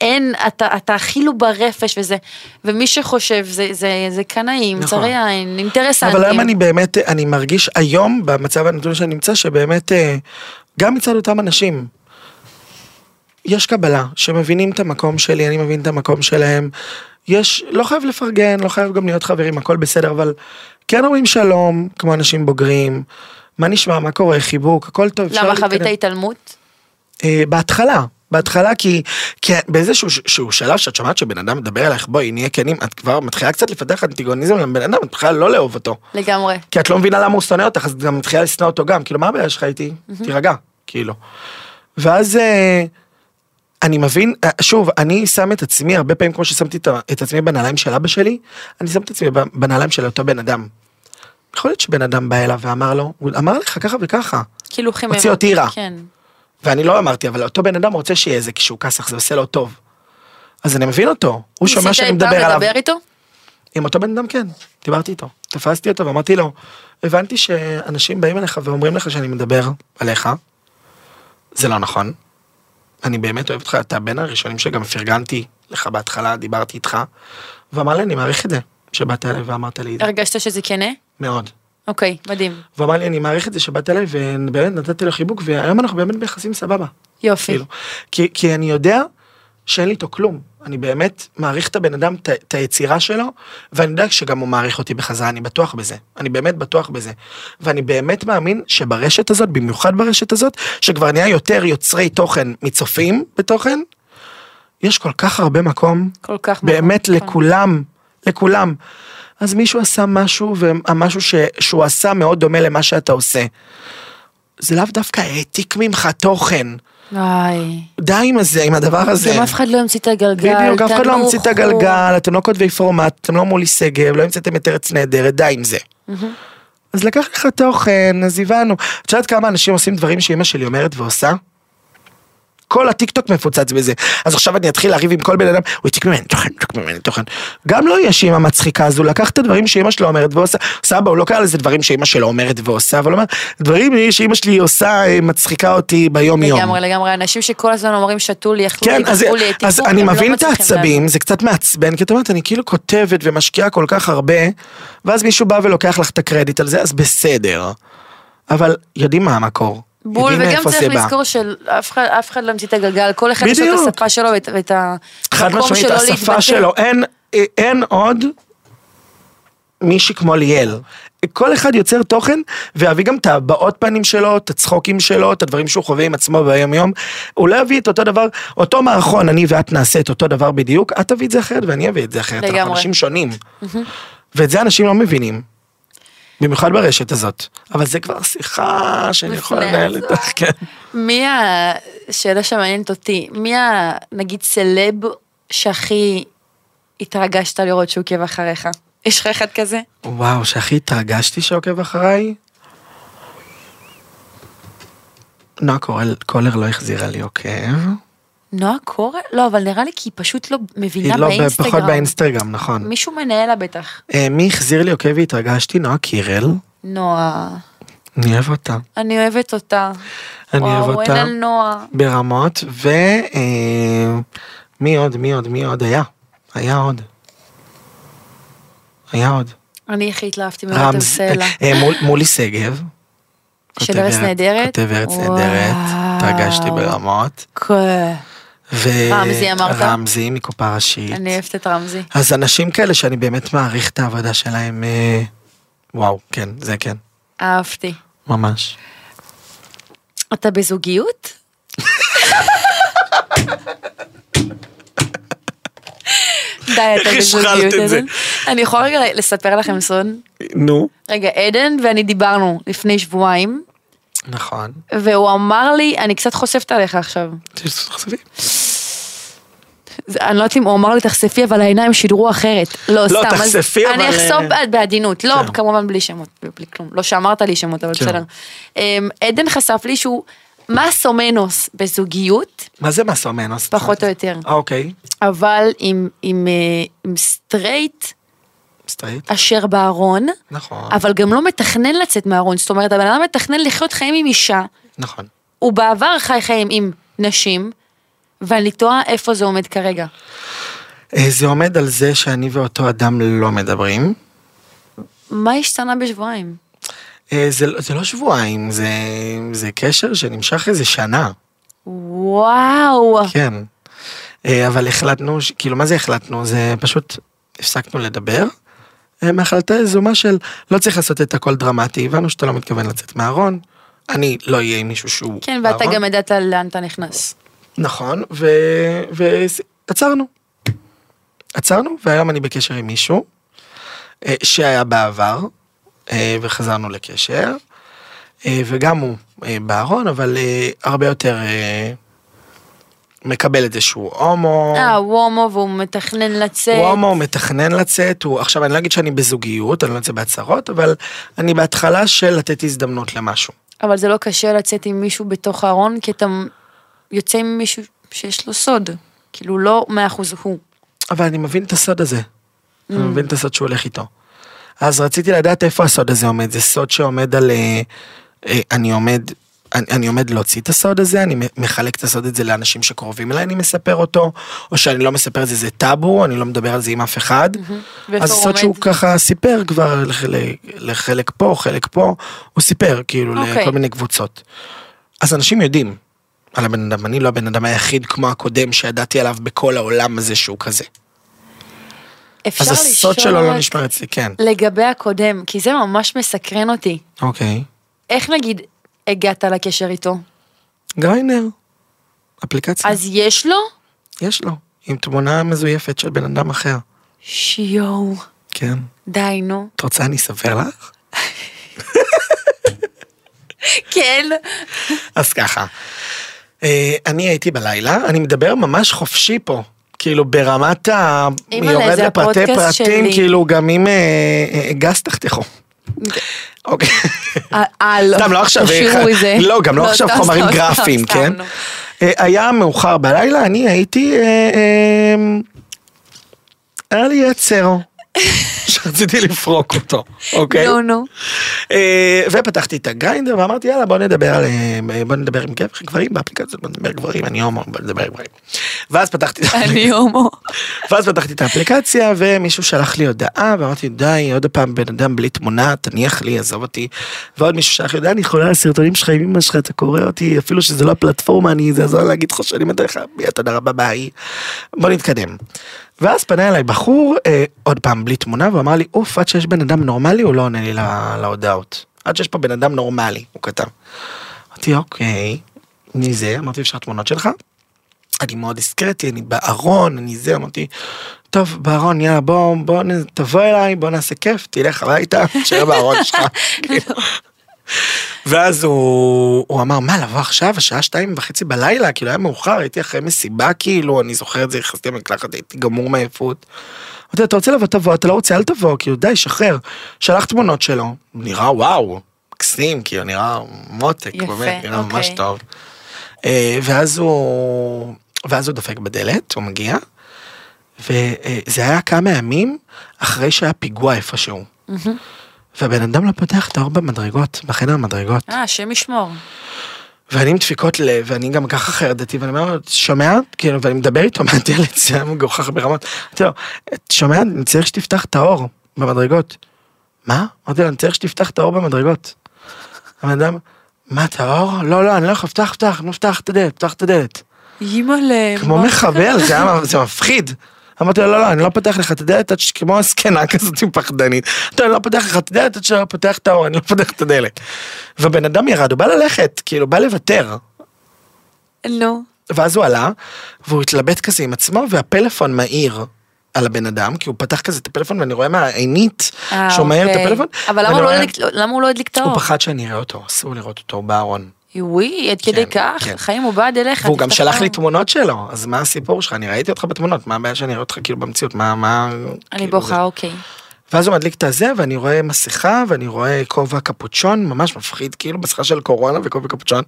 S3: אין, אתה, אתה הכי לא ברפש וזה. ומי שחושב, זה, זה, זה קנאים,
S2: נכון.
S3: צרי עין, אינטרסנטים.
S2: אבל היום אני באמת, אני מרגיש היום, במצב הנתון שאני נמצא, שבאמת, אה, גם מצד אותם אנשים, יש קבלה, שמבינים את המקום שלי, אני מבין את המקום שלהם. יש, לא חייב לפרגן, לא חייב גם להיות חברים, הכל בסדר, אבל כן אומרים שלום, כמו אנשים בוגרים. מה נשמע, מה קורה, חיבוק, הכל טוב. אפשר
S3: למה חווית
S2: להתקדם.
S3: התעלמות?
S2: אה, בהתחלה, בהתחלה כי, כי באיזשהו ש- שהוא שלב שאת שומעת שבן אדם מדבר אלייך בואי נהיה כנים את כבר מתחילה קצת לפתח אנטיגוניזם לבן אדם את בכלל לא לאהוב אותו.
S3: לגמרי.
S2: כי את לא מבינה למה הוא שונא אותך, אז את גם מתחילה לשנוא אותו גם, כאילו מה הבעיה שלך איתי? תירגע, כאילו. ואז אה, אני מבין, אה, שוב, אני שם את עצמי, הרבה פעמים כמו ששמתי את ה- את עצמי בנעליים של אבא שלי, אני שם את עצמי ב- בנעליים של אותו בן אדם. יכול להיות שבן אדם בא אליו ואמר לו, הוא אמר לך ככה וככה,
S3: כאילו חימם.
S2: הוציא אותי רע.
S3: כן.
S2: ואני לא אמרתי, אבל אותו בן אדם רוצה שיהיה איזה כשהוא כסח, זה עושה לו טוב. אז אני מבין אותו, הוא שומע שאני מדבר
S3: ניסית אי
S2: עליו.
S3: פעם לדבר איתו?
S2: עם אותו בן אדם כן, דיברתי איתו, תפסתי אותו ואמרתי לו, הבנתי שאנשים באים אליך ואומרים לך שאני מדבר עליך, זה לא נכון, אני באמת אוהב אותך, אתה בין הראשונים שגם פרגנתי לך בהתחלה, דיברתי איתך, ואמר לי אני מעריך את זה, שבאת אליי ואמרת לי את זה,
S3: הרגשת שזה כנה?
S2: מאוד.
S3: אוקיי, מדהים.
S2: והוא אמר לי אני מעריך את זה שבאת אליי ובאמת נתתי לו חיבוק והיום אנחנו באמת ביחסים סבבה.
S3: יופי.
S2: כאילו, כי, כי אני יודע שאין לי איתו כלום. אני באמת מעריך את הבן אדם, את- את היצירה שלו, ואני יודע שגם הוא מעריך אותי בחזרה, אני בטוח בזה. אני באמת בטוח בזה. ואני באמת מאמין שברשת הזאת, במיוחד ברשת הזאת, שכבר נהיה יותר יוצרי תוכן מצופים בתוכן, יש כל כך הרבה מקום,
S3: כל כך מקום,
S2: באמת
S3: נכון.
S2: לכולם, לכולם. אז מישהו עשה משהו, והמשהו ש... שהוא עשה מאוד דומה למה שאתה עושה. זה לאו דווקא העתיק ממך תוכן.
S3: וואי.
S2: די עם הזה, עם הדבר הזה.
S3: גם אף אחד לא ימציא את הגלגל.
S2: בדיוק, אף אחד לא
S3: תנוחו.
S2: המציא את הגלגל, אתם לא כותבי פורמט, אתם לא מולי שגב, לא המצאתם את ארץ נהדרת, די עם זה. אז לקח לך תוכן, אז הבנו. את יודעת כמה אנשים עושים דברים שאימא שלי אומרת ועושה? כל הטיקטוק מפוצץ בזה. אז עכשיו אני אתחיל לריב עם כל בן אדם, הוא הציק ממני תוכן, הציק ממני תוכן. גם לא יש אימא מצחיקה הזו, לקח את הדברים שאימא שלו אומרת ועושה. סבא, הוא לא קרא לזה דברים שאימא שלו אומרת ועושה, אבל הוא אומר, דברים שאימא שלי עושה אה, מצחיקה אותי ביום יום.
S3: לגמרי, לגמרי. אנשים שכל הזמן אומרים שתו לי, אכלו
S2: כן,
S3: לי,
S2: אז,
S3: קחו לי, העתיקו,
S2: אז
S3: הם
S2: אני
S3: לא
S2: מבין את
S3: מצליחים להבין.
S2: העצבים, זה קצת מעצבן, כי את אומרת, אני כאילו כותבת ומשקיעה כל כך הרבה, ואז מישהו בא ולוקח לך את הקרדיט על זה, אז בסדר. אבל יודעים מה המקור.
S3: בול,
S2: יודעים
S3: וגם
S2: מאיפה
S3: צריך
S2: זה בא.
S3: לזכור שאף אחד- אף אחד לא המציא את הגלגל, כל אחד יש לו את
S2: בדיוק.
S3: השפה שלו ואת- ואת
S2: חד
S3: המקום
S2: משמעית,
S3: שלו
S2: השפה
S3: להתבטא.
S2: שלו, אין, אין עוד מישהי כמו ליאל. כל אחד יוצר תוכן, ויביא גם את הבעות פנים שלו, את הצחוקים שלו, את הדברים שהוא חווה עם עצמו ביום יום. הוא לא יביא את אותו דבר, אותו מערכון, אני ואת נעשה את אותו דבר בדיוק, את תביא את זה אחרת ואני אביא את זה אחרת. אנחנו
S3: לגמרי.
S2: אנשים שונים. ואת זה אנשים לא מבינים. במיוחד ברשת הזאת. אבל זה כבר שיחה שאני יכול
S3: לפני
S2: לנהל
S3: זה.
S2: איתך, כן.
S3: מי ה... שאלה שמעניינת אותי, מי ה... נגיד סלב שהכי התרגשת לראות שהוא עוקב אחריך? יש לך אחד כזה?
S2: וואו, שהכי התרגשתי שעוקב אחריי. נועה קורל- קולר לא החזירה לי עוקב.
S3: נועה קורן? לא, אבל נראה לי כי היא פשוט לא
S2: היא
S3: מבינה
S2: לא, ב-
S3: באינסטגרם.
S2: פחות באינסטגרם, נכון.
S3: מישהו מנהל לה בטח.
S2: אה, מי החזיר לי עוקב והתרגשתי? נועה קירל.
S3: נועה,
S2: אני אוהב אותה.
S3: אני אוהבת אותה.
S2: אני אוהב
S3: וואו, אין
S2: אותה.
S3: על נועה.
S2: ברמות, ו... אה, מי עוד? מי עוד? מי עוד? היה. היה עוד. היה עוד.
S3: אני הכי התלהבתי מרותם
S2: רמז...
S3: סלע.
S2: אה, מול- מולי שגב.
S3: של
S2: כותב
S3: ארץ
S2: ארץ-
S3: נהדרת?
S2: כותב ארץ
S3: וואו. כן.
S2: נהדרת. התרגשתי ברמות.
S3: כ-
S2: ו...
S3: רמזי אמרת?
S2: רמזי מקופה ראשית.
S3: אני אוהבת את רמזי.
S2: אז אנשים כאלה שאני באמת מעריך את העבודה שלהם, אה, וואו, כן, זה כן,
S3: אהבתי.
S2: ממש.
S3: אתה בזוגיות?
S2: [laughs]
S3: די, אתה
S2: איך השחלת
S3: בזוגיות.
S2: את זה?
S3: עדן. אני יכולה רגע לספר לכם סוד?
S2: נו.
S3: רגע, עדן ואני דיברנו לפני שבועיים,
S2: נכון.
S3: והוא אמר לי, אני קצת חושפת עליך עכשיו.
S2: תחשבי.
S3: זה- אני לא יודעת אם הוא אמר לי תחשפי, אבל העיניים שידרו אחרת. לא, סתם. אז
S2: תחשפי,
S3: אני
S2: אבל,
S3: אחשוף
S2: אה,
S3: בעדינות, לא,
S2: כן.
S3: כמובן בלי שמות, בלי כלום. לא שאמרת לי שמות, אבל
S2: כן.
S3: בסדר. אמ, עדן חשף לי שהוא מסומנוס בזוגיות,
S2: מה זה מסו מנוס?
S3: פחות או יותר.
S2: אה, אוקיי,
S3: אבל עם- עם אה, עם סטרייט
S2: סטרייט,
S3: אשר בארון,
S2: נכון,
S3: אבל גם לא מתכנן לצאת מהארון. זאת אומרת, הבן אדם מתכנן לחיות חיים עם אישה,
S2: נכון.
S3: הוא בעבר חי חיים עם נשים, ואני תוהה איפה זה עומד כרגע.
S2: אה, זה עומד על זה שאני ואותו אדם לא מדברים.
S3: מה השתנה בשבועיים?
S2: אה, זה לא- זה לא שבועיים, זה- זה קשר שנמשך איזה שנה.
S3: וואו.
S2: כן. אה, אבל החלטנו, ש- כאילו מה זה החלטנו? זה פשוט הפסקנו לדבר. אה, מהחלטה יזומה של לא צריך לעשות את הכל דרמטי, הבנו שאתה לא מתכוון לצאת מהארון. אני לא אהיה עם מישהו שהוא...
S3: כן, ואתה
S2: בארון.
S3: גם ידעת לאן אתה נכנס.
S2: נכון, ועצרנו. עצרנו, והיום אני בקשר עם מישהו אה, שהיה בעבר, אה, וחזרנו לקשר, אה, וגם הוא אה, בארון, אבל אה, הרבה יותר אה, מקבל את זה שהוא הומו.
S3: אה, הוא הומו והוא מתכנן לצאת.
S2: הוא הומו, הוא מתכנן לצאת, הוא עכשיו אני לא אגיד שאני בזוגיות, אני לא יוצא בהצהרות, אבל אני בהתחלה של לתת הזדמנות למשהו.
S3: אבל זה לא קשה לצאת עם מישהו בתוך הארון, כי אתה יוצא עם מישהו שיש לו סוד. כאילו, לא מאה אחוז הוא.
S2: אבל אני מבין את הסוד הזה.
S3: Mm.
S2: אני מבין את הסוד שהוא הולך איתו. אז רציתי לדעת איפה הסוד הזה עומד. זה סוד שעומד על... אה, אה, אני עומד... אני, אני עומד להוציא את הסוד הזה, אני מ- מחלק את הסוד הזה לאנשים שקרובים אליי, אני מספר אותו, או שאני לא מספר את זה, זה טאבו, אני לא מדבר על זה עם אף אחד.
S3: Mm-hmm. ואיפה
S2: אז
S3: הוא
S2: הסוד שהוא
S3: עומד?
S2: ככה סיפר כבר לחלק, לחלק פה, חלק פה, הוא סיפר כאילו
S3: אוקיי.
S2: לכל מיני קבוצות. אז אנשים יודעים על הבן אדם, אני לא הבן אדם היחיד כמו הקודם שידעתי עליו בכל העולם הזה שהוא כזה.
S3: אפשר
S2: אז הסוד
S3: לשאול
S2: שלו לא
S3: רק
S2: נשמר אצלי, כן.
S3: לגבי הקודם, כי זה ממש מסקרן אותי.
S2: אוקיי.
S3: איך נגיד הגעת לקשר איתו?
S2: כן. גריינר, אפליקציה,
S3: אז יש לו?
S2: יש לו, עם תמונה מזויפת של בן אדם אחר.
S3: שיואו,
S2: כן.
S3: די נו.
S2: את רוצה אני אספר לך?
S3: כן.
S2: אז ככה, אה, אני הייתי בלילה, אני מדבר ממש חופשי פה. כאילו ברמת ה...
S3: אימא'לה,
S2: יורד
S3: זה
S2: לפרטי
S3: הפודקאסט
S2: פרטים,
S3: שלי.
S2: כאילו גם אם אה, אה, גס תחתכו. אוקיי.
S3: אה, לא.
S2: סתם, לא עכשיו,
S3: תשאירו את זה.
S2: לא, גם לא עכשיו
S3: סתם,
S2: חומרים
S3: סתם, סתם,
S2: גרפיים,
S3: סתם,
S2: כן?
S3: נו.
S2: אה, היה מאוחר בלילה, אני הייתי... אה, אה, היה לי יצר [laughs] שרציתי לפרוק אותו, אוקיי?
S3: נו, לא, נו.
S2: אה, ופתחתי את הגריינדר ואמרתי יאללה בוא נדבר על אה, בוא נדבר עם גבר- גברים באפליקציות בוא נדבר גברים אני הומו בוא נדבר גברים. ואז פתחתי את האפליקציה.
S3: אני הומו.
S2: ואז פתחתי את האפליקציה ומישהו שלח לי הודעה ואמרתי די עוד פעם בן אדם בלי תמונה תניח לי עזוב אותי ועוד מישהו שלח לי הודעה אני חולה על הסרטונים שלך עם אמא שלך אתה קורא אותי אפילו שזה לא הפלטפורמה אני זה עזור להגיד לך שאני מודה לך "יא, תודה רבה ביי בוא נתקדם. ואז פנה אליי בחור, אה, עוד פעם בלי תמונה, ואמר לי, אוף, עד שיש בן אדם נורמלי, הוא לא עונה לי לה- להודעות. עד שיש פה בן אדם נורמלי, הוא כתב. אמרתי, אוקיי, מי זה? אמרתי, אפשר תמונות שלך? אני מאוד דיסקרטי, אני בארון, אני זה, אמרתי, טוב, בארון, יאללה, בוא, בוא, נ- תבוא אליי, בוא נעשה כיף, תלך הביתה, תשאר בארון
S3: [laughs]
S2: שלך.
S3: לא.
S2: כאילו. ואז הוא, הוא אמר, מה, לבוא עכשיו, השעה שתיים וחצי בלילה, כאילו היה מאוחר, הייתי אחרי מסיבה, כאילו, אני זוכר את זה, נכנסתי למקלחת, הייתי גמור מעייפות. אמרתי לו, אתה רוצה לבוא, תבוא, אתה לא רוצה, אל תבוא, כאילו, די, שחרר. שלח תמונות שלו, נראה וואו, מקסים, כאילו, נראה מותק,
S3: יפה,
S2: באמת, נראה ממש
S3: אוקיי.
S2: טוב. אה, ואז הוא, ואז הוא דופק בדלת, הוא מגיע, וזה היה כמה ימים אחרי שהיה פיגוע איפשהו. והבן אדם לא פותח את האור במדרגות, בחדר המדרגות.
S3: אה, השם ישמור.
S2: ואני עם דפיקות לב, ואני גם ככה חרדתי, ואני אומר לו, שומע? כאילו, ואני מדבר איתו מהדלת, זה היה מגוחך ברמות. אמרתי לו, "את שומע? אני צריך שתפתח את האור במדרגות. מה? אמרתי לו, אני צריך שתפתח את האור במדרגות. הבן אדם, מה, את האור? לא, לא, אני לא יכול, פתח, פתח, נו, פתח את הדלת, פתח את הדלת.
S3: אימא'לה.
S2: כמו
S3: מה-
S2: מחבל, זה היה- זה מפחיד. אמרתי לו, לא, לא, אני לא פותח לך את הדלת, עד ש- כמו הזקנה כזאת עם פחדנית. אמרתי לו, אני לא פותח לך את הדלת עד שאתה פותח את האור, אני לא פותח את הדלת. והבן אדם ירד, הוא בא ללכת, כאילו, בא לוותר.
S3: נו.
S2: ואז הוא עלה, והוא התלבט כזה עם עצמו, והפלאפון מהיר על הבן אדם, כי הוא פתח כזה את הפלאפון, ואני רואה מהעינית
S3: אה,
S2: שהוא מהיר את
S3: אוקיי.
S2: הפלאפון.
S3: אבל למה
S2: ואני
S3: הוא לא
S2: רואה-
S3: הדליק- לא- למה הוא לא הדליק את האור?
S2: הוא פחד שאני אראה אותו, אסור לראות אותו הוא בארון.
S3: וואי, עד כדי כך?
S2: כן.
S3: חיים הוא בעד אליך.
S2: והוא גם
S3: תפתח
S2: שלח לי
S3: את האור.
S2: תמונות שלו, אז מה הסיפור שלך? אני ראיתי אותך בתמונות, מה הבעיה שאני אראה אותך כאילו במציאות? מה, מה...
S3: אני
S2: כאילו,
S3: בוכה,
S2: זה-
S3: אוקיי.
S2: ואז הוא מדליק את הזה, ואני רואה מסכה, ואני רואה כובע קפוצ'ון, ממש מפחיד, כאילו מסכה של קורונה וכובע קפוצ'ון.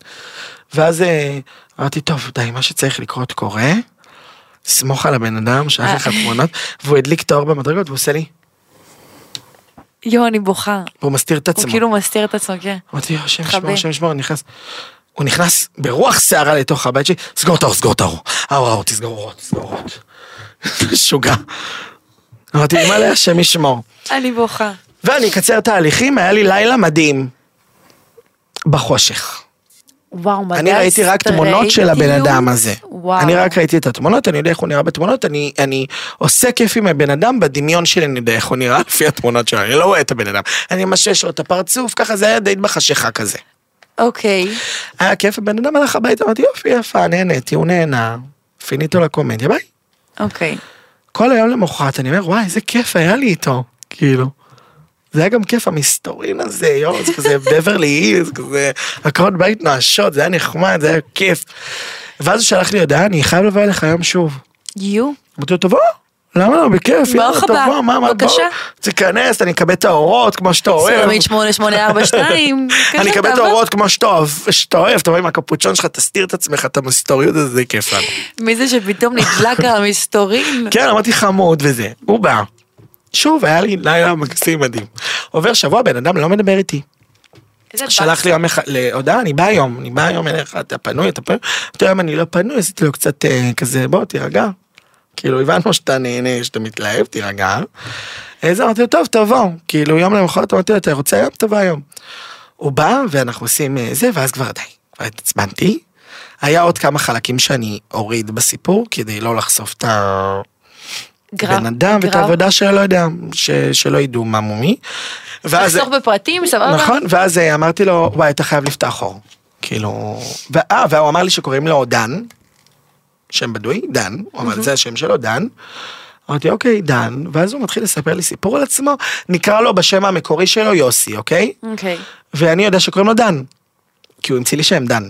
S2: ואז אה, אמרתי, טוב, די, מה שצריך לקרות קורה, סמוך על הבן אדם, שלח לך
S3: אה.
S2: תמונות, והוא הדליק את האור במדרגות, והוא עושה לי,
S3: יואו, אני בוכה.
S2: והוא מסתיר את
S3: הוא
S2: עצמו.
S3: כאילו מסתיר את עצמו, כן.
S2: אמרתי, "יואו, השם ישמור,
S3: מכבה.
S2: השם ישמור, אני נכנס. הוא נכנס ברוח סערה לתוך הבית שלי, סגור את האור, סגור את האור. האור, האור, תסגור אורות, תסגור אורות. [laughs] משוגע. אמרתי, מה לה, השם ישמור.
S3: אני בוכה.
S2: ואני אקצר תהליכים, היה לי לילה מדהים. בחושך.
S3: וואו, מגע
S2: אני ראיתי רק תמונות של הבן
S3: סטרייטיות.
S2: אדם הזה.
S3: וואו.
S2: אני רק ראיתי את התמונות, אני יודע איך הוא נראה בתמונות, אני, אני עושה כיף עם הבן אדם, בדמיון שלי אני יודע איך הוא נראה לפי התמונות שלו, אני לא רואה את הבן אדם. אני משש לו את הפרצוף, ככה זה היה די בחשיכה כזה.
S3: אוקיי.
S2: היה כיף, הבן אדם הלך הביתה, אמרתי יופי, יפה, נהניתי, הוא נהנה, פיניתו לקומדיה, ביי.
S3: אוקיי.
S2: כל היום למחרת אני אומר, וואי, איזה כיף היה לי איתו, כאילו. זה היה גם כיף המסתורין הזה, יואו, זה כזה [laughs] בברלי הילס, כזה עקרות בית נואשות, זה היה נחמד, זה היה כיף. ואז הוא שלח לי הודעה, אני חייב לבוא אליך היום שוב.
S3: יו.
S2: אמרתי לו, תבוא, למה לא, בכיף, יאללה,
S3: ברוך הבא,
S2: תבוא, מה, מה, בוא,
S3: בבקשה.
S2: תיכנס, אני אקבל את האורות כמו שאתה אוהב.
S3: סלומית 8842.
S2: [laughs] אני
S3: כזה,
S2: אקבל את
S3: תעבור.
S2: האורות כמו שאתה אוהב, שאתה אוהב, אתה רואה עם הקפוצ'ון שלך, תסתיר את עצמך, את המסתוריות הזה, זה כיף לנו.
S3: מי זה שפתאום נדלק על המסתורין?
S2: [laughs] כן, אמרתי חמוד וזה, הוא בא. שוב, היה לי לילה מקסים מדהים. עובר שבוע, בן אדם לא מדבר איתי.
S3: איזה
S2: שלח לי יום אחד, להודעה, אני בא היום, אני בא היום אליך, אתה פנוי, אתה פנוי. אמרתי לו, "היום אני לא פנוי, עשיתי לו קצת אה, כזה, בוא, תירגע. כאילו, הבנו שאתה נהנה, שאתה מתלהב, תירגע. אז אמרתי לו, טוב, תבוא. כאילו, יום למחרת אמרתי לו, אתה רוצה היום? תבוא היום. הוא בא, ואנחנו עושים אה, זה, ואז כבר די, כבר התעצבנתי. היה עוד כמה חלקים שאני אוריד בסיפור, כדי לא לחשוף את ה...
S3: גרף-
S2: בן אדם ואת
S3: גרף.
S2: העבודה שלו, לא יודע, ש- שלא ידעו מה מומי. ואז,
S3: לחסוך בפרטים, סבבה?
S2: נכון, ואז אה, אמרתי לו, וואי, אתה חייב לפתח אור. כאילו, ו- אה, והוא אמר לי שקוראים לו דן, שם בדוי, דן, הוא אמר, זה השם שלו, דן. אמרתי, אוקיי, דן, ואז הוא מתחיל לספר לי סיפור על עצמו, נקרא לו בשם המקורי שלו יוסי, אוקיי?
S3: אוקיי.
S2: ואני יודע שקוראים לו דן. כי הוא המציא לי שם דן.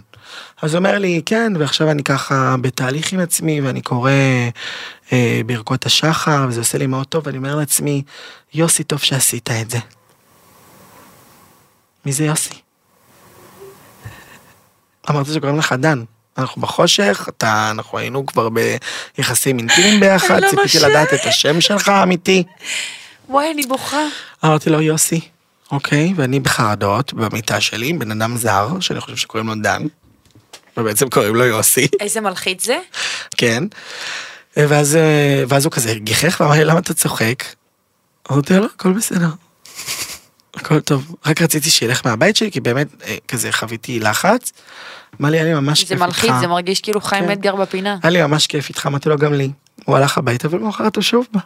S2: אז הוא אומר לי, כן, ועכשיו אני ככה בתהליך עם עצמי, ואני קורא אה, ברכות השחר, וזה עושה לי מאוד טוב, ואני אומר לעצמי, יוסי, טוב שעשית את זה. מי זה יוסי? אמרת שקוראים לך דן. אנחנו בחושך, אתה, אנחנו היינו כבר ביחסים אינטימיים ביחד,
S3: אני לא
S2: ציפיתי
S3: נושמת.
S2: לדעת את השם שלך האמיתי.
S3: וואי, אני בוכה.
S2: אמרתי לו, יוסי, אוקיי, ואני בחרדות, במיטה שלי, עם בן אדם זר, שאני חושב שקוראים לו דן, ובעצם קוראים לו יוסי, [laughs]
S3: איזה מלחיץ זה.
S2: כן. ואז, אה, ואז הוא כזה גיחך ואמר לי, למה אתה צוחק? אמרתי לו, לא, הכל בסדר. הכל טוב, רק רציתי שילך מהבית שלי, כי באמת אה, כזה חוויתי לחץ. אמר לי, היה לי ממש
S3: זה
S2: כיף איתך.
S3: מלחיץ, זה מרגיש כאילו חיים
S2: כן.
S3: אתגר בפינה.
S2: היה לי ממש כיף איתך, אמרתי לו, גם לי. הוא הלך הביתה ולמחרת הוא שוב בא.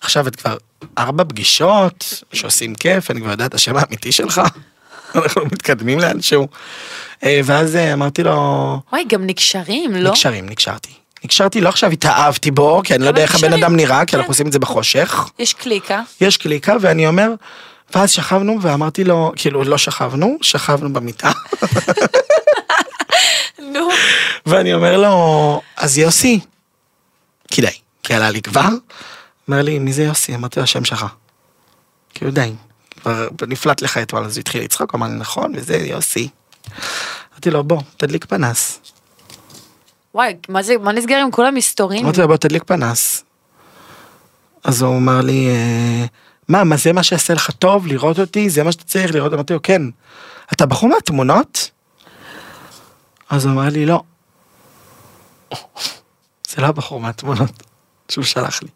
S2: עכשיו את כבר ארבע פגישות שעושים כיף, אני כבר יודעת את השם האמיתי שלך. [laughs] אנחנו מתקדמים לאנשהו. אה, ואז אה, אמרתי לו,
S3: וואי, גם נקשרים, לא?
S2: נקשרים, נקשרתי. נקשרתי, לא עכשיו התאהבתי בו, כי אני לא
S3: אבל
S2: יודע איך הבן
S3: נקשרים,
S2: אדם נראה, כי
S3: כן.
S2: אנחנו עושים את זה בחושך.
S3: יש קליקה.
S2: יש קליקה, ואני אומר, ואז שכבנו, ואמרתי לו, כאילו, לא שכבנו, שכבנו במיטה.
S3: נו.
S2: ואני אומר לו, אז יוסי, כדאי, כי עלה לי כבר. אומר לי, מי זה יוסי? אמרתי לו, השם שלך. כאילו, די, כבר נפלט לך אתמול, אז הוא התחיל לצחוק, אמר לי, נכון, וזה יוסי. אמרתי לו, בוא, תדליק פנס.
S3: וואי, מה זה, מה נסגר עם כל המסתורים?
S2: אמרתי לו, בוא, תדליק פנס. אז הוא אמר לי, "אה, מה, מה זה מה שיעשה לך טוב, לראות אותי, זה מה שאתה צריך לראות? אמרתי לו, כן. אתה בחור מהתמונות? אז הוא אמר לי, לא. [laughs] זה לא הבחור מהתמונות שהוא שלח לי.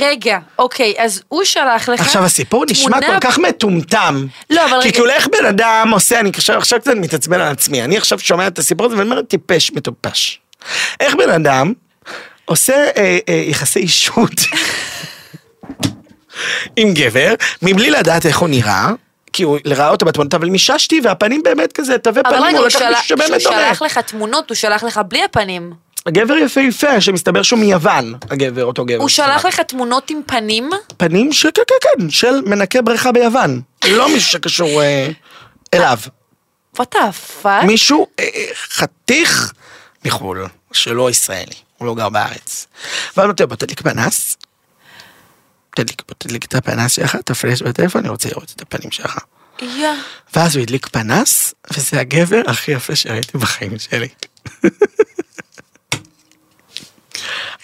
S3: רגע, אוקיי, אז הוא שלח לך...
S2: עכשיו הסיפור נשמע
S3: תמונה-
S2: כל כך מטומטם.
S3: לא, אבל
S2: כי
S3: רגע.
S2: כאילו איך בן אדם עושה, אני עכשיו, עכשיו קצת מתעצבן על עצמי, אני עכשיו שומע את הסיפור הזה ואני אומר טיפש, מטופש. איך בן אדם עושה אה, אה, יחסי אישות [laughs] עם גבר, מבלי לדעת איך הוא נראה, כי הוא ראה אותו בתמונות, אבל מיששתי והפנים באמת כזה, תווי
S3: אבל
S2: פנים,
S3: רגע,
S2: הוא
S3: הוא
S2: לקח
S3: שלח-
S2: מישהו שבאמת
S3: כשהוא
S2: דומה.
S3: שלח לך תמונות, הוא שלח לך בלי הפנים.
S2: גבר יפהפה, שמסתבר שהוא מיוון, הגבר, אותו גבר.
S3: הוא שלח לך תמונות עם פנים?
S2: פנים של, כן, כן, כן, של מנקה בריכה ביוון. לא מישהו שקשור אה, אליו.
S3: וואט הפאק?
S2: מישהו אה, אה, חתיך מחו"ל, שלא ישראלי, הוא לא גר בארץ. ואז אמרתי לו, בוא תדליק פנס, תדליק, בוא תדליק את הפנס שלך, תפלש בטלפון, אני רוצה לראות את הפנים שלך.
S3: יא.
S2: ואז הוא הדליק פנס, וזה הגבר הכי יפה שראיתי בחיים שלי. [laughs]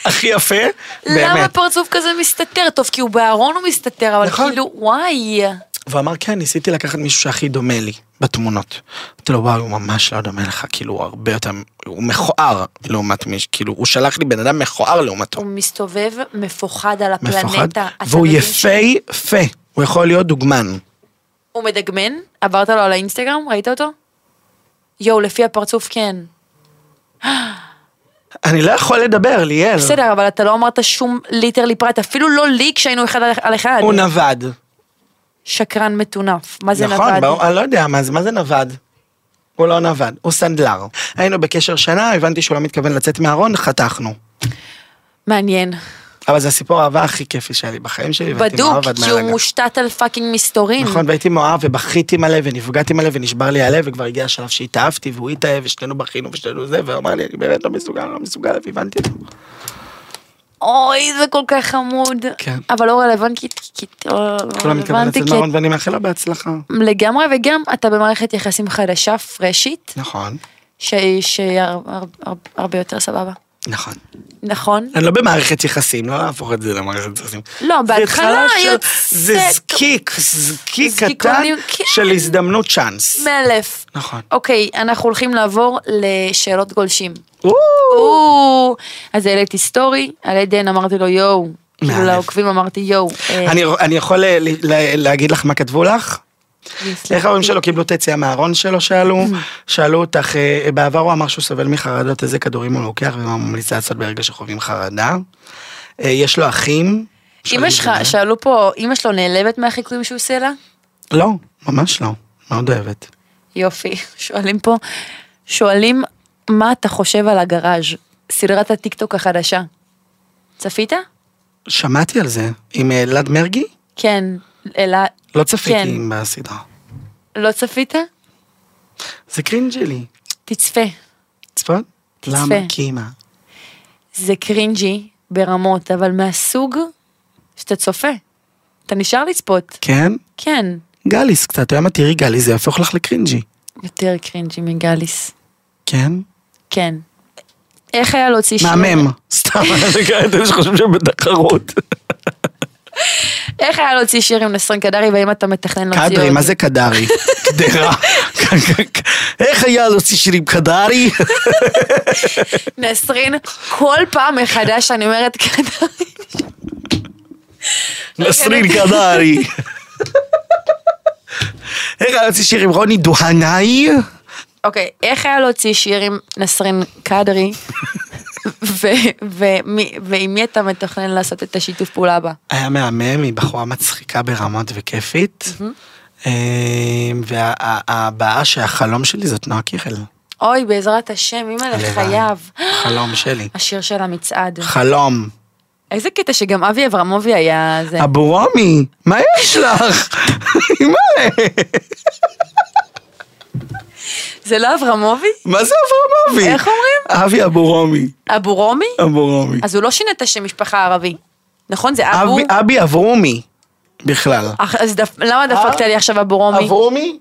S2: הכי יפה, באמת.
S3: למה פרצוף כזה מסתתר? טוב, כי הוא בארון הוא מסתתר, אבל
S2: נכון.
S3: כאילו, וואי.
S2: והוא אמר, כן, ניסיתי לקחת מישהו שהכי דומה לי בתמונות. אמרתי לו, וואי, הוא ממש לא דומה לך, כאילו, הוא הרבה יותר, הוא מכוער לעומת מישהו, כאילו, הוא שלח לי בן אדם מכוער לעומתו.
S3: הוא מסתובב מפוחד על הפלנטה.
S2: מפוחד.
S3: אתה
S2: והוא
S3: מבין
S2: יפהפה, הוא יכול להיות דוגמן.
S3: הוא מדגמן? עברת לו על האינסטגרם? ראית אותו? יואו, לפי הפרצוף כן.
S2: אני לא יכול לדבר, ליאל.
S3: בסדר, אבל אתה לא אמרת שום ליטרלי פרט, אפילו לא לי כשהיינו אחד על- על אחד.
S2: הוא נווד.
S3: שקרן מטונף. מה זה נווד?
S2: נכון, ברור, אני לא יודע מה זה, מה זה נווד? הוא לא נווד, הוא סנדלר. היינו בקשר שנה, הבנתי שהוא לא מתכוון לצאת מהארון, חתכנו.
S3: מעניין.
S2: אבל זה הסיפור האהבה הכי כיפי שהיה לי בחיים שלי, והייתי
S3: בדוק,
S2: מאוהב עד
S3: כי הוא
S2: מהרגע.
S3: מושתת על פאקינג מסתורים.
S2: נכון, והייתי מאוהב ובכיתי מלא ונפגעתי מלא ונשבר לי הלב וכבר הגיע השלב שהתאהבתי והוא התאהב ושנינו בכינו ושנינו זה והוא אמר לי אני באמת לא מסוגל, אני לא מסוגל, והבנתי אותו.
S3: אה, אוי, זה כל כך חמוד.
S2: כן.
S3: אבל לא רלוונטי, כי... לא
S2: כולם מתכוונים
S3: רלוונטי,
S2: לצאת
S3: כי-
S2: מהארון ואני מאחל לה בהצלחה.
S3: לגמרי, וגם אתה במערכת יחסים חדשה, פרשית,
S2: נכון,
S3: שהרבה יותר סבבה.
S2: נכון.
S3: נכון?
S2: אני לא במערכת יחסים, לא להפוך את זה למערכת יחסים.
S3: לא,
S2: זה
S3: בהתחלה
S2: התחלה של-
S3: יוצא
S2: זה
S3: כ-
S2: זקיק, זקיק קטן
S3: זקיקונים, כן.
S2: של הזדמנות צ'אנס.
S3: מאלף.
S2: נכון.
S3: אוקיי, אנחנו הולכים לעבור לשאלות גולשים.
S2: או,
S3: או, אז העליתי סטורי, על עדן אמרתי לו יואו. כאילו
S2: מאלף.
S3: לעוקבים אמרתי יואו. אה,
S2: אני- אני יכול ל- ל- ל- להגיד לך מה כתבו לך?
S3: סליחה.
S2: איך ההורים שלו קיבלו את היציאה מהארון שלו שאלו, שאלו אותך, אה, בעבר הוא אמר שהוא סובל מחרדות, איזה כדורים הוא לוקח ומה הוא ממליץ לעשות ברגע שחווים חרדה. אה, יש לו אחים. שואלים
S3: אמא שלך,
S2: את זה. אה?
S3: שאלו פה, אמא שלו נעלבת מהחיקויים שהוא עושה לה?
S2: לא, ממש לא, מאוד אוהבת.
S3: יופי, שואלים פה, שואלים מה אתה חושב על הגראז', סדרת הטיקטוק החדשה. צפית?
S2: שמעתי על זה, עם אה, אלעד מרגי?
S3: כן, אלא,
S2: לא צפיתי
S3: כן.
S2: בסדרה.
S3: לא צפית?
S2: זה קרינג'י לי.
S3: תצפה.
S2: צפון?
S3: תצפה.
S2: למה? כי מה?
S3: זה קרינג'י ברמות, אבל מהסוג שאתה צופה. אתה נשאר לצפות,
S2: כן?
S3: כן.
S2: גליס קצת, היום את תראי גליס, זה יהפוך לך לקרינג'י.
S3: יותר קרינג'י מגליס,
S2: כן?
S3: כן. איך היה להוציא שיר?
S2: מהמם. סתם, אתם שחושבים שהם בתחרות.
S3: איך היה להוציא שיר עם נסרין קדרי, והאם אתה מתכנן להוציא עוד?
S2: קדרי, מה זה קדרי? קדרה. איך היה להוציא שירים קדרי?
S3: נסרין, כל פעם מחדש אני אומרת קדרי.
S2: נסרין קדרי. איך היה להוציא שירים רוני דוהנאי?
S3: אוקיי, איך היה להוציא שיר עם נסרין קדרי ו- ומי- ועם מי אתה מתכנן לעשות את השיתוף פעולה הבא?
S2: היה מהמם, היא בחורה מצחיקה ברמות וכיפית. והבעה שהחלום שלי זאת נועה קירל.
S3: אוי, בעזרת השם, אימא
S2: הלוואי.
S3: לחייו. [gasps]
S2: חלום שלי.
S3: השיר של המצעד.
S2: חלום.
S3: איזה קטע שגם אבי אברמובי היה זה.
S2: אבו רומי, מה יש לך? [laughs] אימא'לה,
S3: זה לא אברמובי?
S2: מה זה אברהם אבי?
S3: איך אומרים?
S2: אבי אבו רומי.
S3: אבו רומי?
S2: אבו רומי.
S3: אז הוא לא שינה את השם משפחה ערבי. נכון? זה אבו?
S2: אבי- אבי אברומי בכלל.
S3: אך- אז דפ- למה דפקת לי עכשיו אבו רומי?
S2: אברומי?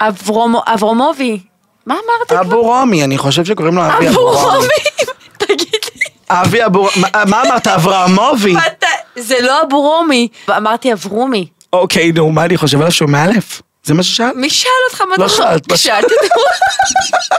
S3: אברומו- אברומובי. מה אמרת כבר?
S2: אבו רומי, אני חושב שקוראים לו אבי
S3: אבו
S2: אבו רומי.
S3: רומי. [laughs] תגיד לי.
S2: אבי אבו רומי. מה אמרת, אברהמובי?
S3: מה אתה- זה לא אבו רומי. אמרתי אברומי.
S2: אוקיי, נו, מה אני חושב עליו שהוא מאלף? זה מה ששאלת?
S3: מי שאל אותך מה
S2: לא
S3: אתה-
S2: שאלת, מה
S3: שאלתי אותך.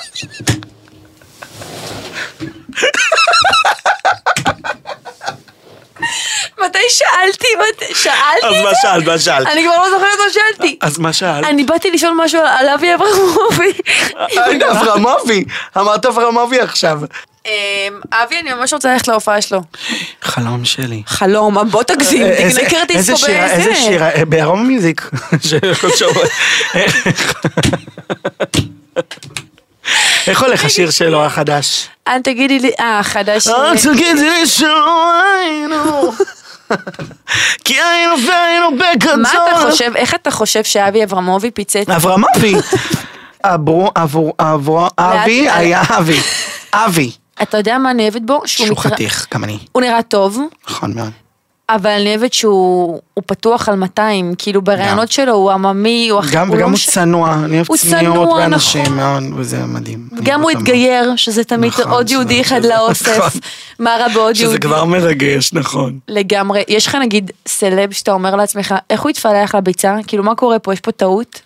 S3: מתי שאלתי? מת- שאלתי
S2: אז מה
S3: את זה?
S2: שאלת? מה שאלת?
S3: אני כבר לא זוכרת מה שאלתי.
S2: אז מה שאלת?
S3: אני באתי לשאול משהו על- על אבי אברמובי.
S2: היי, אברמובי, אמרת אברמובי עכשיו.
S3: אמ, אבי, אני ממש רוצה ללכת להופעה שלו.
S2: חלום שלי.
S3: חלום, בוא תגזים,
S2: אה, איזה-
S3: תקנה כרטיס
S2: איזה
S3: פה
S2: שיר-
S3: באיזה.
S2: איזה שיר, אה, בארום [laughs] מיוזיק.
S3: [laughs]
S2: איך הולך השיר שלו החדש?
S3: אל תגידי לי, אה, חדש.
S2: רק תגידי שלא
S3: [laughs]
S2: היינו, כי היינו והיינו בקצור.
S3: מה אתה חושב, איך אתה חושב שאבי אברמובי פיצץ?
S2: אברהם אבי. אברו, אבו, אבו, אבי היה אבי. אבי.
S3: אתה יודע מה אני אוהבת בו?
S2: שהוא
S3: מתר-
S2: חתיך, גם אני.
S3: הוא נראה טוב,
S2: נכון מאוד.
S3: אבל אני אוהבת שהוא הוא פתוח על 200, כאילו בראיונות שלו הוא עממי, הוא אח-
S2: גם,
S3: הוא לא
S2: וגם הוא
S3: מש-
S2: צנוע, אני אוהב
S3: הוא
S2: צניעות
S3: צנוע, נכון.
S2: באנשים מאוד, וזה מדהים. אני אוהב
S3: גם הוא
S2: אותם.
S3: התגייר, שזה תמיד
S2: נכון,
S3: עוד יהודי
S2: שזה-
S3: אחד
S2: שזה-
S3: לאוסף.
S2: נכון.
S3: מה רע בעוד יהודי?
S2: שזה כבר מרגש, נכון.
S3: לגמרי. יש לך נגיד סלב שאתה אומר לעצמך, איך הוא התפלח לביצה? כאילו מה קורה פה? יש פה טעות?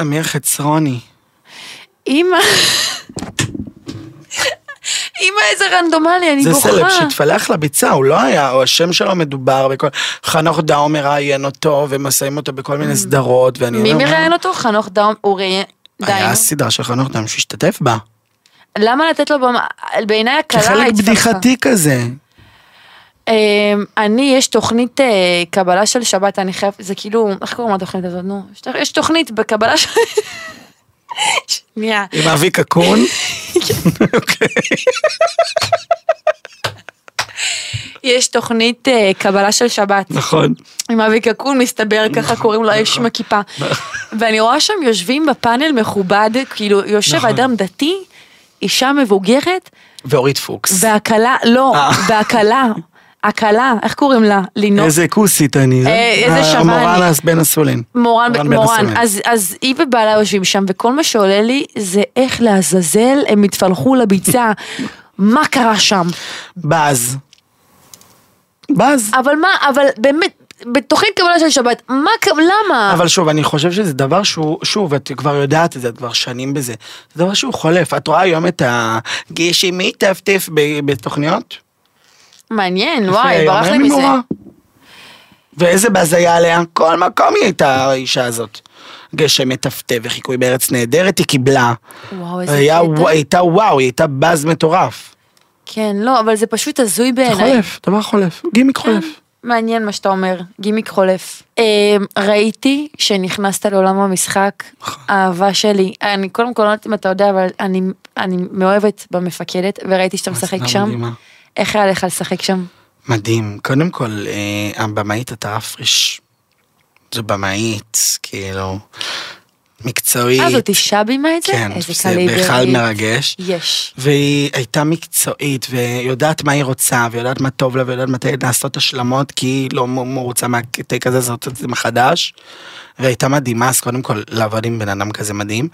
S2: אמיר חצרוני.
S3: [laughs] אמא. אמא איזה רנדומלי, אני
S2: זה
S3: בוכה.
S2: סלב שהתפלח לביצה, הוא לא היה, או השם שלו מדובר בכל... חנוך דאו מראיין אותו, ומסיים אותו בכל מיני סדרות, ואני
S3: Mm. מי
S2: אומר, מה-
S3: מראיין אותו? חנוך דאום, הוא ראיין... די.
S2: היה סדרה של חנוך דאו שהשתתף בה.
S3: למה לתת לו במה? בעיניי הקלה
S2: כחלק
S3: התפלחה.
S2: בדיחתי כזה.
S3: אמ, אני, יש תוכנית אה, קבלה של שבת, אני חייב, זה כאילו, איך קוראים לתוכנית הזאת? נו, יש תוכ- יש תוכנית בקבלה של... שנייה.
S2: עם אבי
S3: [laughs]
S2: קקון.
S3: יש תוכנית אה, קבלה של שבת.
S2: נכון.
S3: עם אבי קקון מסתבר, ככה קוראים לו האיש עם הכיפה. ואני רואה שם יושבים בפאנל מכובד, כאילו יושב
S2: נכון.
S3: אדם דתי, אישה מבוגרת,
S2: ואורית פוקס.
S3: והכלה, לא,
S2: אה.
S3: והכלה, הכלה, איך קוראים לה? לינור?
S2: איזה כוסית אני. זה-
S3: אה, איזה
S2: אה,
S3: שמן
S2: מורן
S3: אני.
S2: אז בן אסולין. מורן
S3: מורן,
S2: בן
S3: מורן,
S2: אסולין.
S3: אז, אז היא ובעלה יושבים שם, וכל מה שעולה לי זה איך לעזאזל הם התפלחו
S2: [laughs]
S3: לביצה, מה קרה שם.
S2: בז. בז.
S3: אבל מה, אבל באמת, בתוכנית קבלה של שבת, מה, ק- למה?
S2: אבל שוב, אני חושב שזה דבר שהוא, שוב, את כבר יודעת את זה, את כבר שנים בזה. זה דבר שהוא חולף. את רואה היום את הגישי מי טפטף ב- בתוכניות?
S3: מעניין, וואי,
S2: לפני היום,
S3: ברח לי
S2: אין
S3: מזה.
S2: נורא. ואיזה בהזיה עליה, כל מקום היא הייתה האישה הזאת. גשם מטפטף וחיקוי בארץ נהדרת היא קיבלה.
S3: וואו, איזה
S2: היה-
S3: קטע.
S2: וואו, היא הייתה וואו, היא הייתה באז מטורף.
S3: כן, לא, אבל זה פשוט הזוי בעיניי.
S2: חולף, דבר חולף,
S3: כן.
S2: גימיק חולף.
S3: מעניין מה שאתה אומר, גימיק חולף. אמ, ראיתי שנכנסת לעולם המשחק, אהבה שלי. אני קודם כל לא יודעת אם אתה יודע, אבל אני- אני מאוהבת במפקדת, וראיתי שאתה
S2: אז
S3: משחק
S2: למה
S3: שם.
S2: מדהימה?
S3: איך היה לך לשחק שם?
S2: מדהים. קודם כל, אה, הבמאית אתה אפריש. זו במאית, כאילו, מקצועית.
S3: אה, זאת אישה בימה את זה?
S2: כן,
S3: איזה
S2: זה
S3: קליבר.
S2: בכלל
S3: היא.
S2: מרגש.
S3: יש.
S2: והיא הייתה מקצועית, ויודעת מה היא רוצה, ויודעת מה טוב לה, ויודעת מתי לעשות השלמות, כי היא לא מ- מרוצה מהטייק הזה, אז לעשות את זה מחדש. והייתה מדהימה, אז קודם כל לעבוד עם בן אדם כזה מדהים.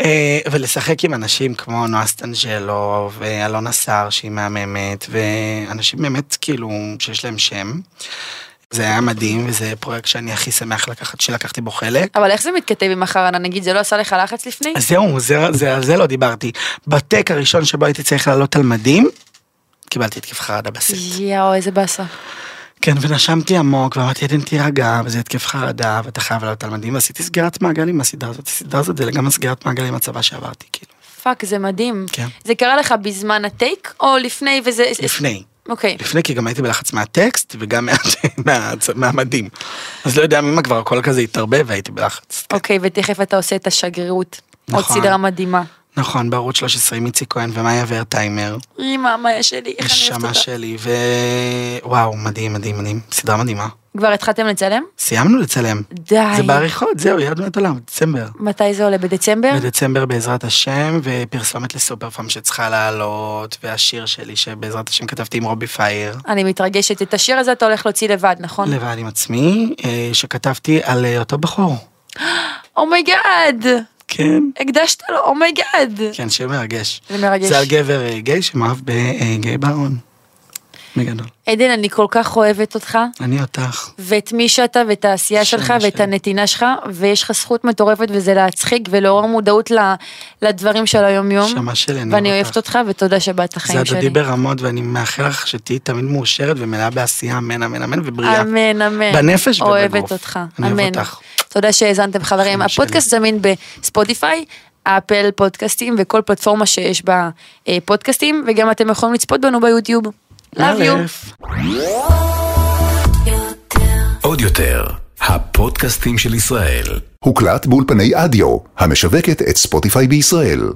S2: אה, ולשחק עם אנשים כמו נועה סטנג'לו, ואלונה סער שהיא מהממת, ואנשים באמת כאילו שיש להם שם. זה היה מדהים, וזה פרויקט שאני הכי שמח לקחת, שלקחתי בו חלק.
S3: אבל איך זה מתכתב עם החרנה? נגיד, זה לא עשה לך לחץ לפני?
S2: אז זהו, זה, זה, על זה לא דיברתי. בטק הראשון שבו הייתי צריך לעלות על מדים, קיבלתי התקף חרדה בסט.
S3: יואו, איזה באסה.
S2: כן, ונשמתי עמוק, ואמרתי, עדן תירגע, וזה התקף חרדה, ואתה חייב לעלות על מדים, ועשיתי סגירת מעגל עם הסדרה הזאת. הסדרה הזאת זה גם הסגירת מעגל עם הצבא שעברתי, כאילו.
S3: פאק, זה מדהים.
S2: כן.
S3: זה קרה לך בזמן הטייק, או לפני וזה...
S2: לפני.
S3: אוקיי.
S2: לפני כי גם הייתי בלחץ מהטקסט וגם מה- מה- מהמדים. אז לא יודע ממה כבר הכל כזה התערבב והייתי בלחץ.
S3: אוקיי, ותכף אתה עושה את השגרירות. עוד
S2: נכון.
S3: סדרה מדהימה.
S2: נכון, בערוץ 13 עם איציק כהן ומאיה ורטהיימר.
S3: אמא, מאיה שלי, איך אני אוהבת
S2: נשמה
S3: אותה.
S2: שלי, ווואו, מדהים, מדהים, מדהים. סדרה מדהימה.
S3: כבר התחלתם לצלם?
S2: סיימנו לצלם.
S3: די.
S2: זה בעריכות, זהו, יד מת עולם, דצמבר.
S3: מתי זה עולה? בדצמבר?
S2: בדצמבר בעזרת השם, ופרסומת לסופר פארם שצריכה לעלות, והשיר שלי שבעזרת השם כתבתי עם רובי פייר.
S3: אני מתרגשת. את השיר הזה אתה הולך להוציא לבד, נכון?
S2: לבד עם עצמי, אה, שכתבתי על אה, אותו בחור.
S3: אומייגאד!
S2: כן.
S3: הקדשת לו, אומייגאד!
S2: כן, שיר מרגש.
S3: זה מרגש.
S2: זה על גבר אה, גיי שמאהב בגיי בארון. בגדול.
S3: עדן, אני כל כך אוהבת אותך,
S2: אני אותך.
S3: ואת מי שאתה, ואת העשייה
S2: שם
S3: שלך, ואת
S2: השם.
S3: הנתינה שלך, ויש לך זכות מטורפת, וזה להצחיק ולעורר מודעות ל- לדברים של היום-יום.
S2: שמה שלי, אני
S3: ואני
S2: אוהב
S3: אוהבת אותך, ותודה שבאת לחיים
S2: זה
S3: שלי.
S2: הדודי ברמות, ואני מאחל לך שתהיי תמיד מאושרת ומלאה בעשייה, אמן, אמן, אמן, ובריאה.
S3: אמן, אמן.
S2: בנפש ובגוף.
S3: אוהבת אותך,
S2: אני אוהב
S3: אמן.
S2: אותך.
S3: תודה שהאזנתם חברים.
S2: חיים שלי.
S3: הפודקאסט זמין בספוטיפיי, אפל פודקאסטים וכל פלטפורמה שיש בה אה, פודקאסטים, וגם אתם יכולים לצפות בנו ביוטיוב. Love you.
S2: אלף.
S1: עוד יותר, הפודקאסטים של ישראל.
S4: הוקלט באולפני אדיו, המשווקת את ספוטיפיי בישראל.